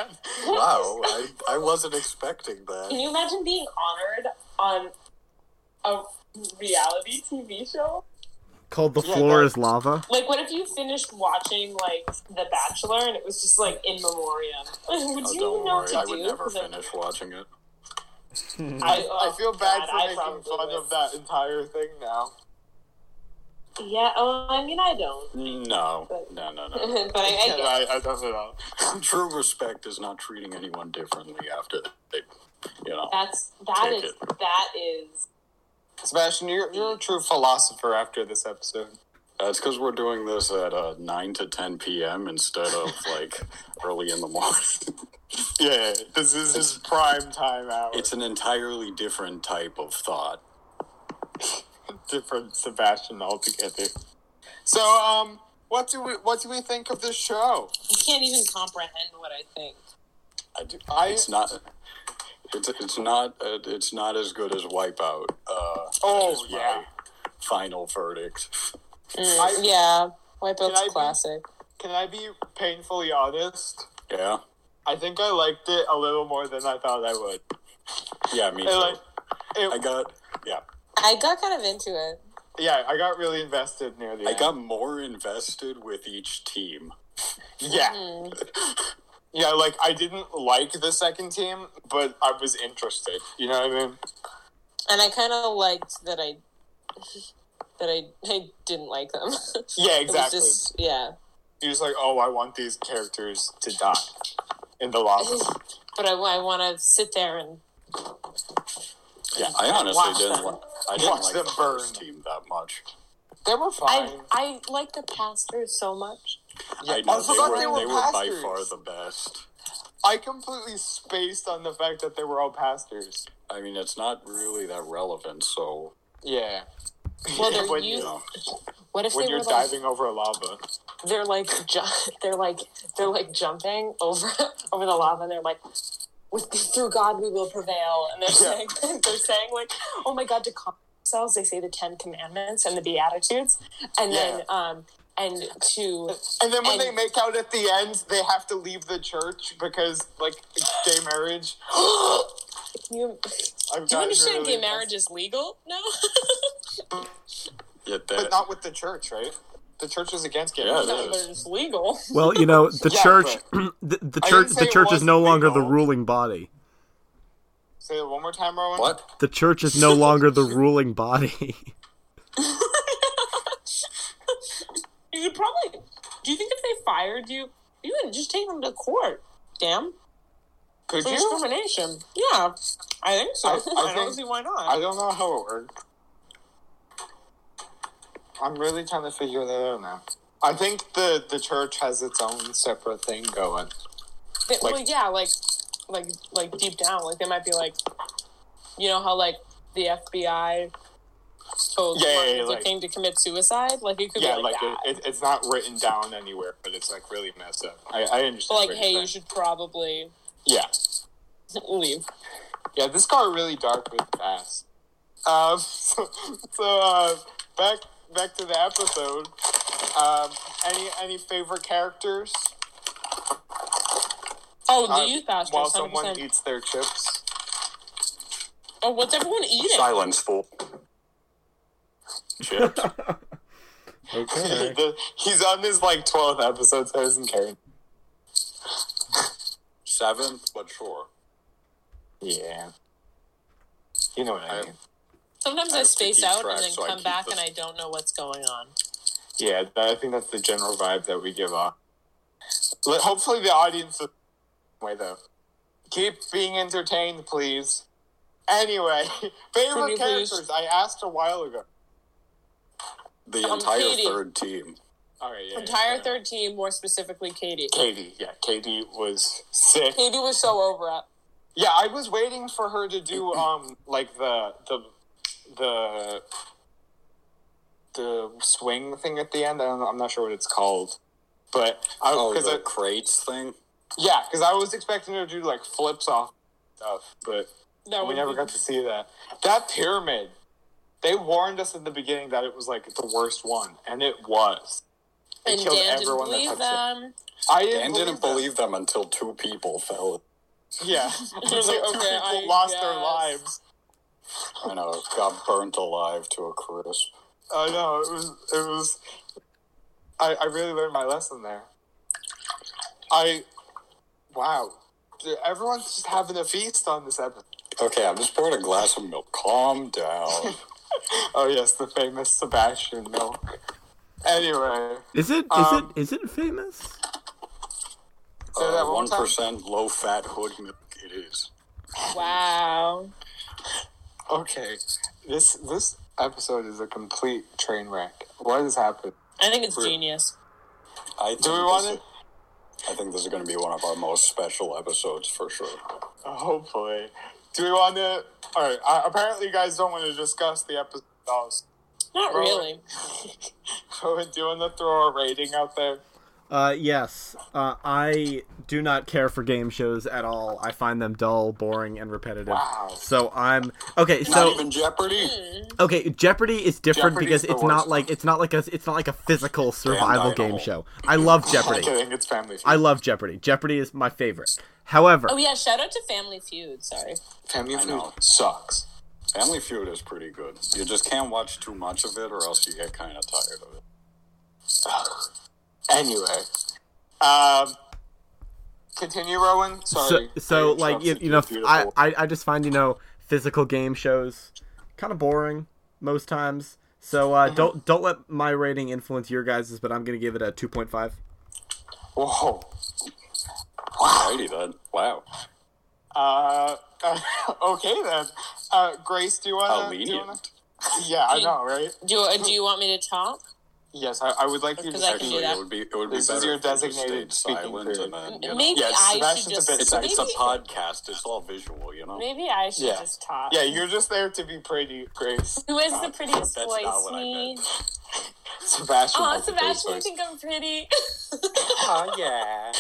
wow! I, I wasn't expecting
Can
that.
Oh you imagine being honored on a reality TV show?
called "The
Yeah,
Floor
that-
Is Lava."
Like, what if you finished watching like The Bachelor and it was just like in memoriam? would you
Oh, don't
even know what
worry,
to
I
do?
would never
'Cause I-
finish watching it.
I,
I
oh,
feel bad
God,
for
I
making
probably
fun
would.
of that entire thing now.
Yeah. Oh, I mean, I don't.
No, no, no, no.
but I, I get
I, I don't know.
True respect is not treating anyone differently after they, you know.
that's that
Take
is
it.
that is.
Sebastian, you're, you're a true philosopher after this episode.
That's because we're doing this at uh, 9 to 10 p.m. instead of like early in the morning.
Yeah, this is his prime time hour.
It's an entirely different type of thought.
different Sebastian altogether. So, um, what do we what do we think of this show?
I can't even comprehend what I think.
I do,
I-
it's not. It's, it's not. Uh, it's not as good as Wipeout. Uh,
Oh,
is my
yeah.
Final verdict.
I-
yeah,
Can I
Wipeout's
be-
classic.
Can I be painfully honest?
Yeah.
I think I liked it a little more than I thought I would.
Yeah. Me too.
It, like,
I
it,
got. Yeah.
I got kind of into it.
yeah, I got really invested near the
I
end.
got more invested with each team.
yeah, yeah. Like I didn't like the second team, but I was interested. You know what I mean?
and I kind of liked that I that I I didn't like them.
Yeah,
It was
exactly.
just yeah,
You're just like, oh, I want these characters to die in the lava.
but I, I want to sit there and
Yeah. I honestly
Watch
didn't.
them.
Li- I didn't
Watch
like
them
the first
burn.
team that much.
They were
I
fine.
I like the pastors so much.
Yeah,
I know
I forgot
they were. They were by
pastors.
far the best.
I completely spaced on the fact that they were all pastors.
I mean, it's not really that relevant. So
Yeah.
Well, they're
when,
youth.
you know,
What if
when
they were
you're
like
diving over lava.
they're like ju- they're like they're like jumping over over the lava and they're like. With, through God we will prevail, and they're
Yeah.
saying they're saying like, oh my God, to calm themselves, they say the Ten Commandments and the Beatitudes, and then um and to
And then when
And-
they make out at the end, they have to leave the church because, like, gay marriage.
you
I've
Do you
gotten
understand
really
gay marriage is legal now?
yeah,
But
that,
not with the church, right? The church is against gay
Yeah,
marriage.
it
no,
is.
but it's legal.
Well, you know, the
Yeah,
church, the, the
I
church,
didn't say
the
it
church is no
wasn't
longer the
legal.
ruling body.
Say it one more time, Rowan.
what?
The church is no longer the ruling body.
You could probably. Do you think if they fired you, you would just take them to court? Damn,
Could
for
you?
discrimination. Yeah, I think so.
I-
I,
I
don't
think-
see why not.
I don't know how it worked. I'm really trying to figure that out now. I think the, the church has its own separate thing going.
They- well,
like-
yeah, like, like, like deep down, like they might be like, you know how like the FBI told
Yeah, yeah,
Martin
yeah,
Luther
like-
King to commit suicide. Like it could
yeah,
be like,
like
that.
it, it, it's not written down anywhere, but it's like really messed up. I, I
But,
understand.
like,
what
hey,
you're
you should probably
saying.
leave.
yeah, yeah. This got really dark really fast. Um, so, so uh, back back to the episode. Um, any any favorite characters?
Oh, the
Uh,
youth pastors.
while
100%.
someone eats their chips.
oh, what's everyone eating?
Silence, fool. Chips.
Okay.
The- he's on his like twelfth episode, so he doesn't care.
Seventh, but sure.
Yeah, you know what I
I-
mean.
Sometimes I
I have to
space
keep
out
track
and then
so I
come
keep
back
the-
and I don't know what's going on.
Yeah, that, I think that's the general vibe that we give off. Like, hopefully, the audience is way though. Keep being entertained, please. Anyway,
Can you
favorite
please-
characters. I asked a while ago.
The
I'm
entire
Katie.
third team.
All right, yeah,
Entire
yeah.
third team, more specifically Katie.
Katie, yeah, Katie was sick.
Katie was so over it.
Yeah, I was waiting for her to do um like the the the the swing thing at the end. I don't know, I'm not sure what it's called, but uh, I
Oh,
because
the crates thing.
yeah, because I was expecting her to do like flips off stuff, but
That
we
would
never
be-
got to see that. That pyramid, they warned us at the beginning that it was like the worst one, and it was. It
and
killed
Dan didn't
everyone that
believe
touched
them.
it. I didn't
Dan
believe that.
didn't believe them until two people fell.
Yeah, it was like two
Okay,
people
I
lost their
guess.
lives.
I know, got burnt alive to a crisp.
I know it was. It was. I, I really learned my lesson there. I, wow, Dude, everyone's just having a feast on this episode.
Okay, I'm just pouring a glass of milk. Calm down.
Oh yes, the famous Sebastian milk. Anyway,
Is it? Is
Um,
it? Is it famous?
say that one
Uh, One
more time.
percent low fat hood milk. It is.
Wow.
Okay, this this episode is a complete train wreck. What has happened?
I think it's
True.
genius.
I think
Do we
this
want
is-
it?
I think this is going to be one of our most special episodes for sure.
Hopefully, Oh, do we want to? All right. Uh, apparently, you guys don't want to discuss the episode.
Not
Rowan.
really.
So, do you want to throw a rating out there?
Uh, yes. Uh, I do not care for game shows at all. I find them dull, boring, and repetitive.
Wow.
So I'm okay.
Not
So
even Jeopardy.
okay, Jeopardy is different
Jeopardy
because
is the
it's not
worst.
like it's not like a it's not like a physical survival
Damn, I
game
know.
show. I love
I'm
Jeopardy.
kidding. It's family. Feud.
I love Jeopardy. Jeopardy is my favorite. However,
Oh yeah, shout out to Family Feud. Sorry.
family
I
Feud
know.
sucks.
Family Feud is pretty good. You just can't watch too much of it, or else you get kind of tired of it.
Anyway, um, continue, Rowan.
so
Sorry.
so
I
like you,
interrupted
you know
you.
I,
Beautiful.
I I just find you know physical game shows kind of boring most times. So
Mm-hmm.
uh, don't don't let my rating influence your guys's, but I'm gonna give it a two point five.
Whoa.
Alrighty then. Wow.
Uh, okay then. Uh, Grace, do you
How
want
lenient.
to? Yeah, I
Can-
know, right?
Do you, do you want me to talk?
Yes, I, I would like you to.
Because I can
say-
do
Actually,
that.
it would be it would be
This is
better
your
if you just
designated
stayed
speaking
silent
period.
and then, you know.
Maybe
Yeah,
I should
Sebastian's a
just.
bit
It's a, it's a
maybe-
podcast. It's all visual, you know.
Maybe I should
Yeah.
just talk.
Yeah, you're just there to be pretty, Grace.
Who has the prettiest
That's
voice?
not what I
Me.
meant.
Sebastian.
Oh,
has a great
Sebastian, you
voice.
think I'm pretty?
Oh yeah.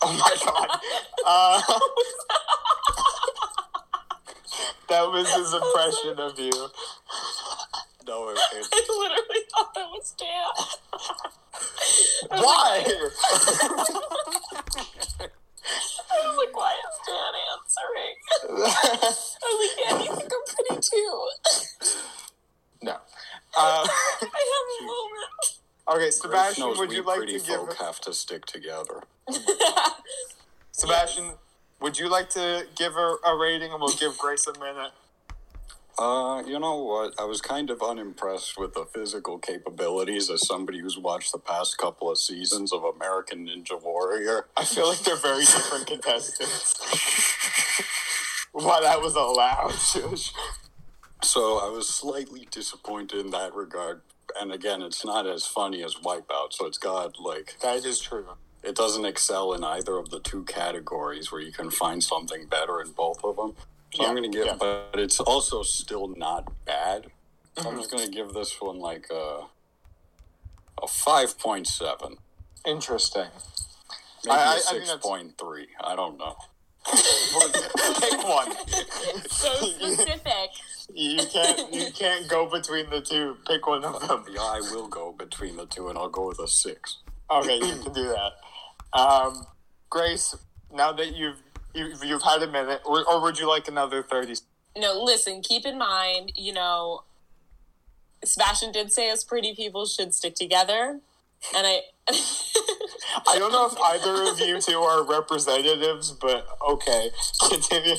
Oh my god. Uh, that was his impression of you.
No, it, it,
I literally thought that was Dan. I was
Why?
Like, I was like, why is Dan answering? I was like, Dan, you think I'm pretty too?
no. Uh,
I have a moment.
okay,
Grace
Sebastian,
knows
would
we
you like to
pretty
give?
folk have to stick together.
Sebastian, would you like to give her a rating and we'll give Grace a minute?
Uh, you know what? I was kind of unimpressed with the physical capabilities as somebody who's watched the past couple of seasons of American Ninja Warrior.
I feel like they're very different contestants. Why that was allowed. Shush.
So I was slightly disappointed in that regard. And again, it's not as funny as Wipeout, so it's got like
that is true.
it doesn't excel in either of the two categories where you can find something better in both of them. So I'm
Yeah,
going to give,
yeah.
but it's also still not bad. So
Mm-hmm.
I'm just going to give this one like a, a 5.7,
Interesting.
maybe a
I- I- I think that's-
6.3. I don't know.
Pick one.
So specific.
You can't you can't go between the two. Pick one of them.
Yeah, I will go between the two and I'll go with a 6.
Okay, you can do that. Um, Grace, now that you've you've, you've had a minute, or, or would you like another thirty?
No, listen, keep in mind, you know, Sebastian did say us pretty people should stick together. And I.
I don't know if either of you two are representatives, but okay, continue.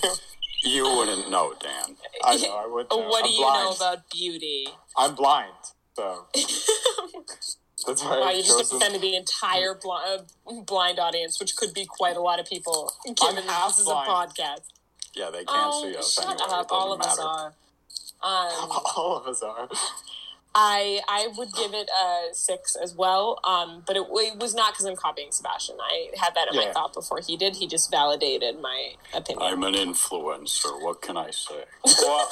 You wouldn't know, Dan.
I know I would. Know.
what do
I'm
you
blind.
know about beauty?
I'm blind, so that's why
Wow,
I've
you just
chosen.
offended the entire blind, uh, blind audience, which could be quite a lot of people, given that
half
this is a
blind.
podcast.
Yeah, they can't
Oh,
see us
shut
anyway.
up!
It doesn't
All of us
matter.
are. Um,
All of us are.
I I would give it a six as well, um, but it, it was not because I'm copying Sebastian. I had that in
Yeah.
my thought before he did. He just validated my opinion.
I'm an influencer. What can I say?
Well,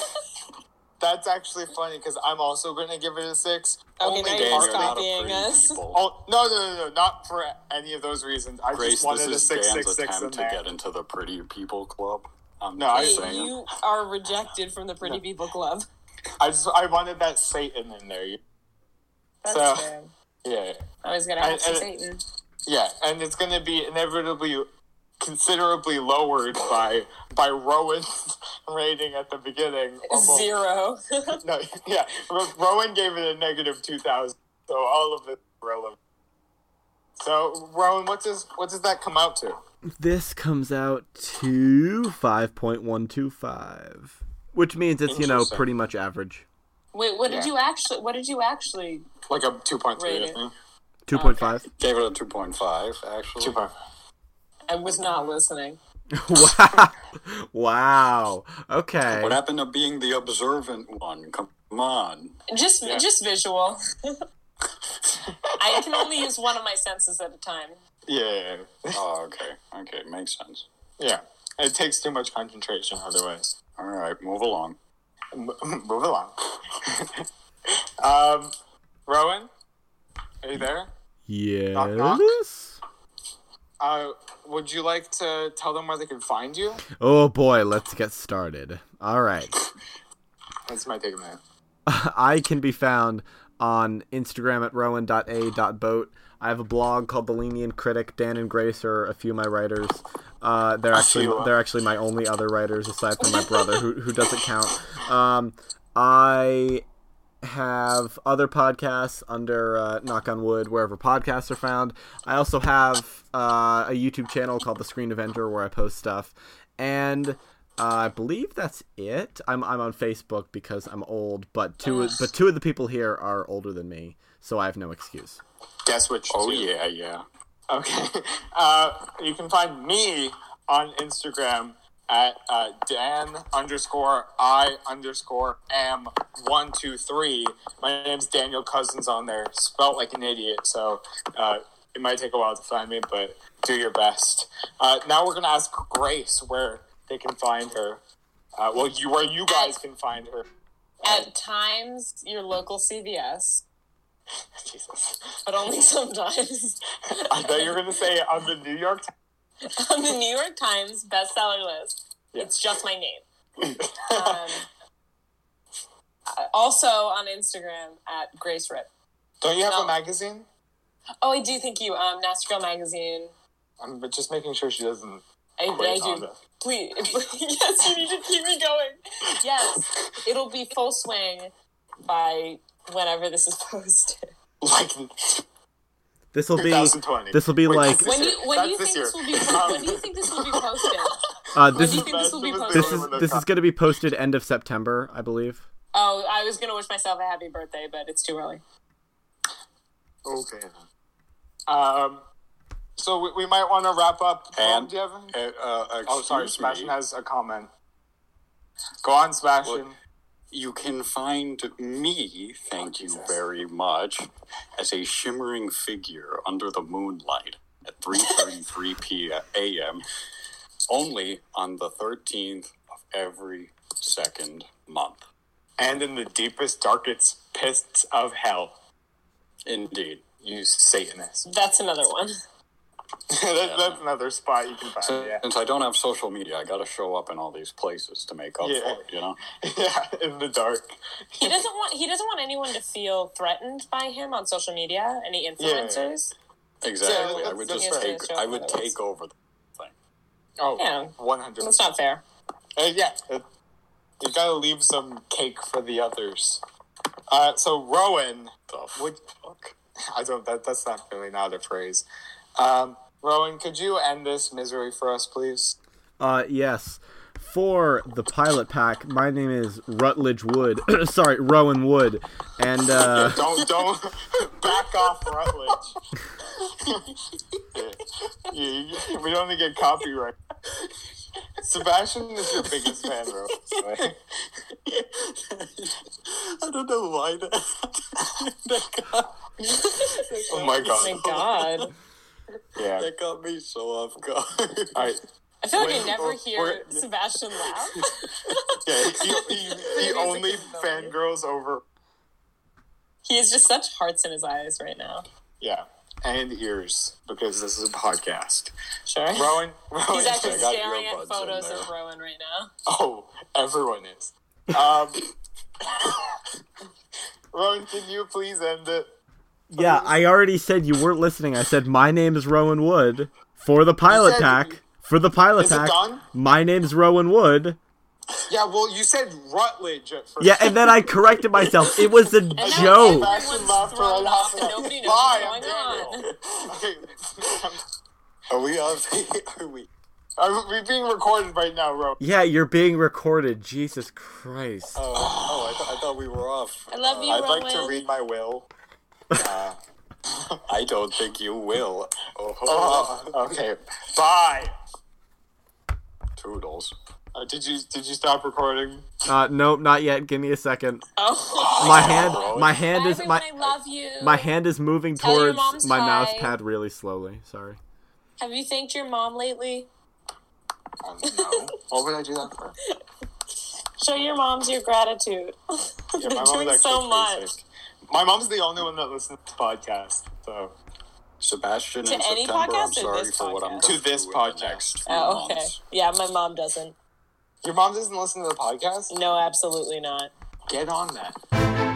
that's actually funny because I'm also going to give it a six.
Okay, now you're
Dan,
part-
just
you're not a
copying
pretty
us.
people.
Oh no, no, no, no! Not for any of those reasons. I just
Grace, this
wanted a
is
six,
Dan's
six, six in
attempt
there.
to get into the pretty people club. Um, I'm
No,
just
Hey,
saying.
you are rejected from the Pretty People Club.
I just I wanted that Satan in there. You-
That's
So-
fair.
Yeah,
I was gonna
I-
have some
I-
Satan.
yeah, and it's gonna be inevitably considerably lowered by by Rowan's rating at the beginning. almost-
Zero.
No, yeah, R- Rowan gave it a negative two thousand. So all of this is relevant. So Rowan, what's his what does that come out to?
This comes out to 5.125, which means it's, you know,
Interesting.
pretty much average.
Wait, what did
Yeah.
you actually? What did you actually?
Like a two point three, I
Rated.
think.
2.5.
Gave it a 2.5, actually.
Two point.
I was not listening.
Wow. wow. Okay.
What happened to being the observant one? Come on.
Just,
Yeah.
just visual. I can only use one of my senses at a time.
Yeah, yeah,
Oh, okay. Okay, makes sense.
yeah. It takes too much concentration otherwise.
All right, move along.
M- move along. um, Rowan, are you there?
Yes.
knock. Uh, would you like to tell them where they can find you?
Oh boy, let's get started. All right.
This might take a minute.
I can be found on Instagram at rowan.a.boat. I have a blog called The Lenient Critic. Dan and Grace are a few of my writers. Uh, they're
see
actually
you.
they're actually my only other writers aside from my brother, who who doesn't count. Um, I have other podcasts under uh, Knock on Wood, wherever podcasts are found. I also have uh, a YouTube channel called The Screen Avenger where I post stuff. And uh, I believe that's it. I'm, I'm on Facebook because I'm old, but two of, but two of the people here are older than me, so I have no excuse.
Guess which.
Oh,
two.
yeah, yeah.
Okay. Uh, you can find me on Instagram at uh, Dan underscore I underscore am one two three. My name's Daniel Cousins on there, spelt like an idiot. So uh, it might take a while to find me, but do your best. Uh, now we're gonna ask Grace where they can find her. Uh, well, you where you guys can find her.
At times, your local CVS,
Jesus,
but only sometimes.
I thought you were gonna say on the New York.
on the New York Times bestseller list.
Yeah.
It's just my name. Um, I- also on Instagram at Grace Rip.
Don't you have
No.
a magazine?
Oh, I do think you. Um, Nasty Girl Magazine.
I'm just making sure she doesn't.
I,
Quit
I
on
do.
it.
Please, yes, you need to keep me going. Yes, it'll be full swing by whenever this is posted.
like
This will be
2020.
this will be
Wait,
like
that's
When
This
you
year.
when do you
That's
think
this
this will be
year. Um,
when do you think this will be posted?
uh, this
do
is
you think this will be
Imagine if
posted?
this is this is going to be posted end of September, I believe.
Oh, I was gonna wish myself a happy birthday, but it's too early.
okay. Um, so we, we might want to wrap up.
And-
Um, do you have any-
Uh, uh,
oh, sorry,
excuse me.
Sebastian has a comment. Go on, Sebastian.
Well, You can find me, thank you very much, as a shimmering figure under the moonlight at 3.33 p.m. a.m., only on the 13th of every second month.
And in the deepest, darkest pits of hell,
Indeed.
you Satanist.
That's another one.
that, that's another spot you can find.
Since,
yeah,
I don't have social media, I got to show up in all these places to make up
Yeah.
for it, you know?
yeah, in the dark.
He doesn't want he doesn't want anyone to feel threatened by him on social media. Any influencers?
Exactly. I would
that's
just
right.
take, I would take over the thing.
Oh,
Yeah.
100.
That's not fair.
Uh, yeah, it, you gotta leave some cake for the others. Uh, so Rowan, would I don't that that's not really not a phrase. Um, Rowan, could you end this misery for us, please?
Uh, yes. For the pilot pack, my name is Rutledge Wood. Sorry, Rowan Wood. And, uh,
Don't don't back off, Rutledge. Yeah, you- you- we don't get copyright. Sebastian is your biggest fan, Rowan. by the way.
I don't know why that, that, got,
Oh my
Oh my
god!
god.
Yeah.
that got me so off guard.
All right.
I feel like I
Wait,
never
or-
hear
or-
Sebastian laugh.
Yeah, he, he, he only fangirls over
He has just such hearts in his eyes right now.
Yeah, and ears because this is a podcast.
Sure.
Rowan, Rowan,
He's actually
I got
staring
earbuds
at
in
photos
there.
of Rowan right now.
oh, everyone is. Um, Rowan, can you please end it?
yeah, I already said you weren't listening. I said my name is Rowan Wood. For the
You
pilot
said-
pack, For the pilot
Is it
pack,
done?
my name's Rowan Wood.
Yeah, well, you said Rutledge at first.
Yeah, and then I corrected myself. It was a
And now
joke.
everyone's
Laughter
thrown
and
off
laughter.
and nobody knows
Bye, I'm
what's going on.
Are we on? Are we?
Are we being recorded right now, Ro?
Yeah, you're being recorded. Jesus Christ.
Oh, oh I, th- I thought we were off.
I love you,
I'd
I'd like to
Rowan.
read my will. Uh,
I don't think you will. Oh,
Oh, okay. Bye.
Toodles.
Uh, did you did you stop recording?
Uh, nope, not yet. Give me a second.
Oh.
My hand,
Rowan.
my hand
Bye,
is
everyone,
my
I love you.
my hand is moving
Tell your
towards
mom's
my
hi.
mouse pad really slowly. Sorry.
Have you thanked your mom lately?
Um, no.
What would I do that for?
Show your moms your gratitude.
Yeah,
They're
my
doing
mom's
so
actually pretty
much.
sick. My mom's the only one that listens to podcasts, so
Sebastian
To
in
any
September.
podcast
I'm
or
sorry
this
for what I'm
podcast?
going
To this
in the
podcast.
next few
Oh, okay.
months.
Yeah, my mom doesn't.
your mom doesn't listen to the podcast.
No, absolutely not.
Get on that.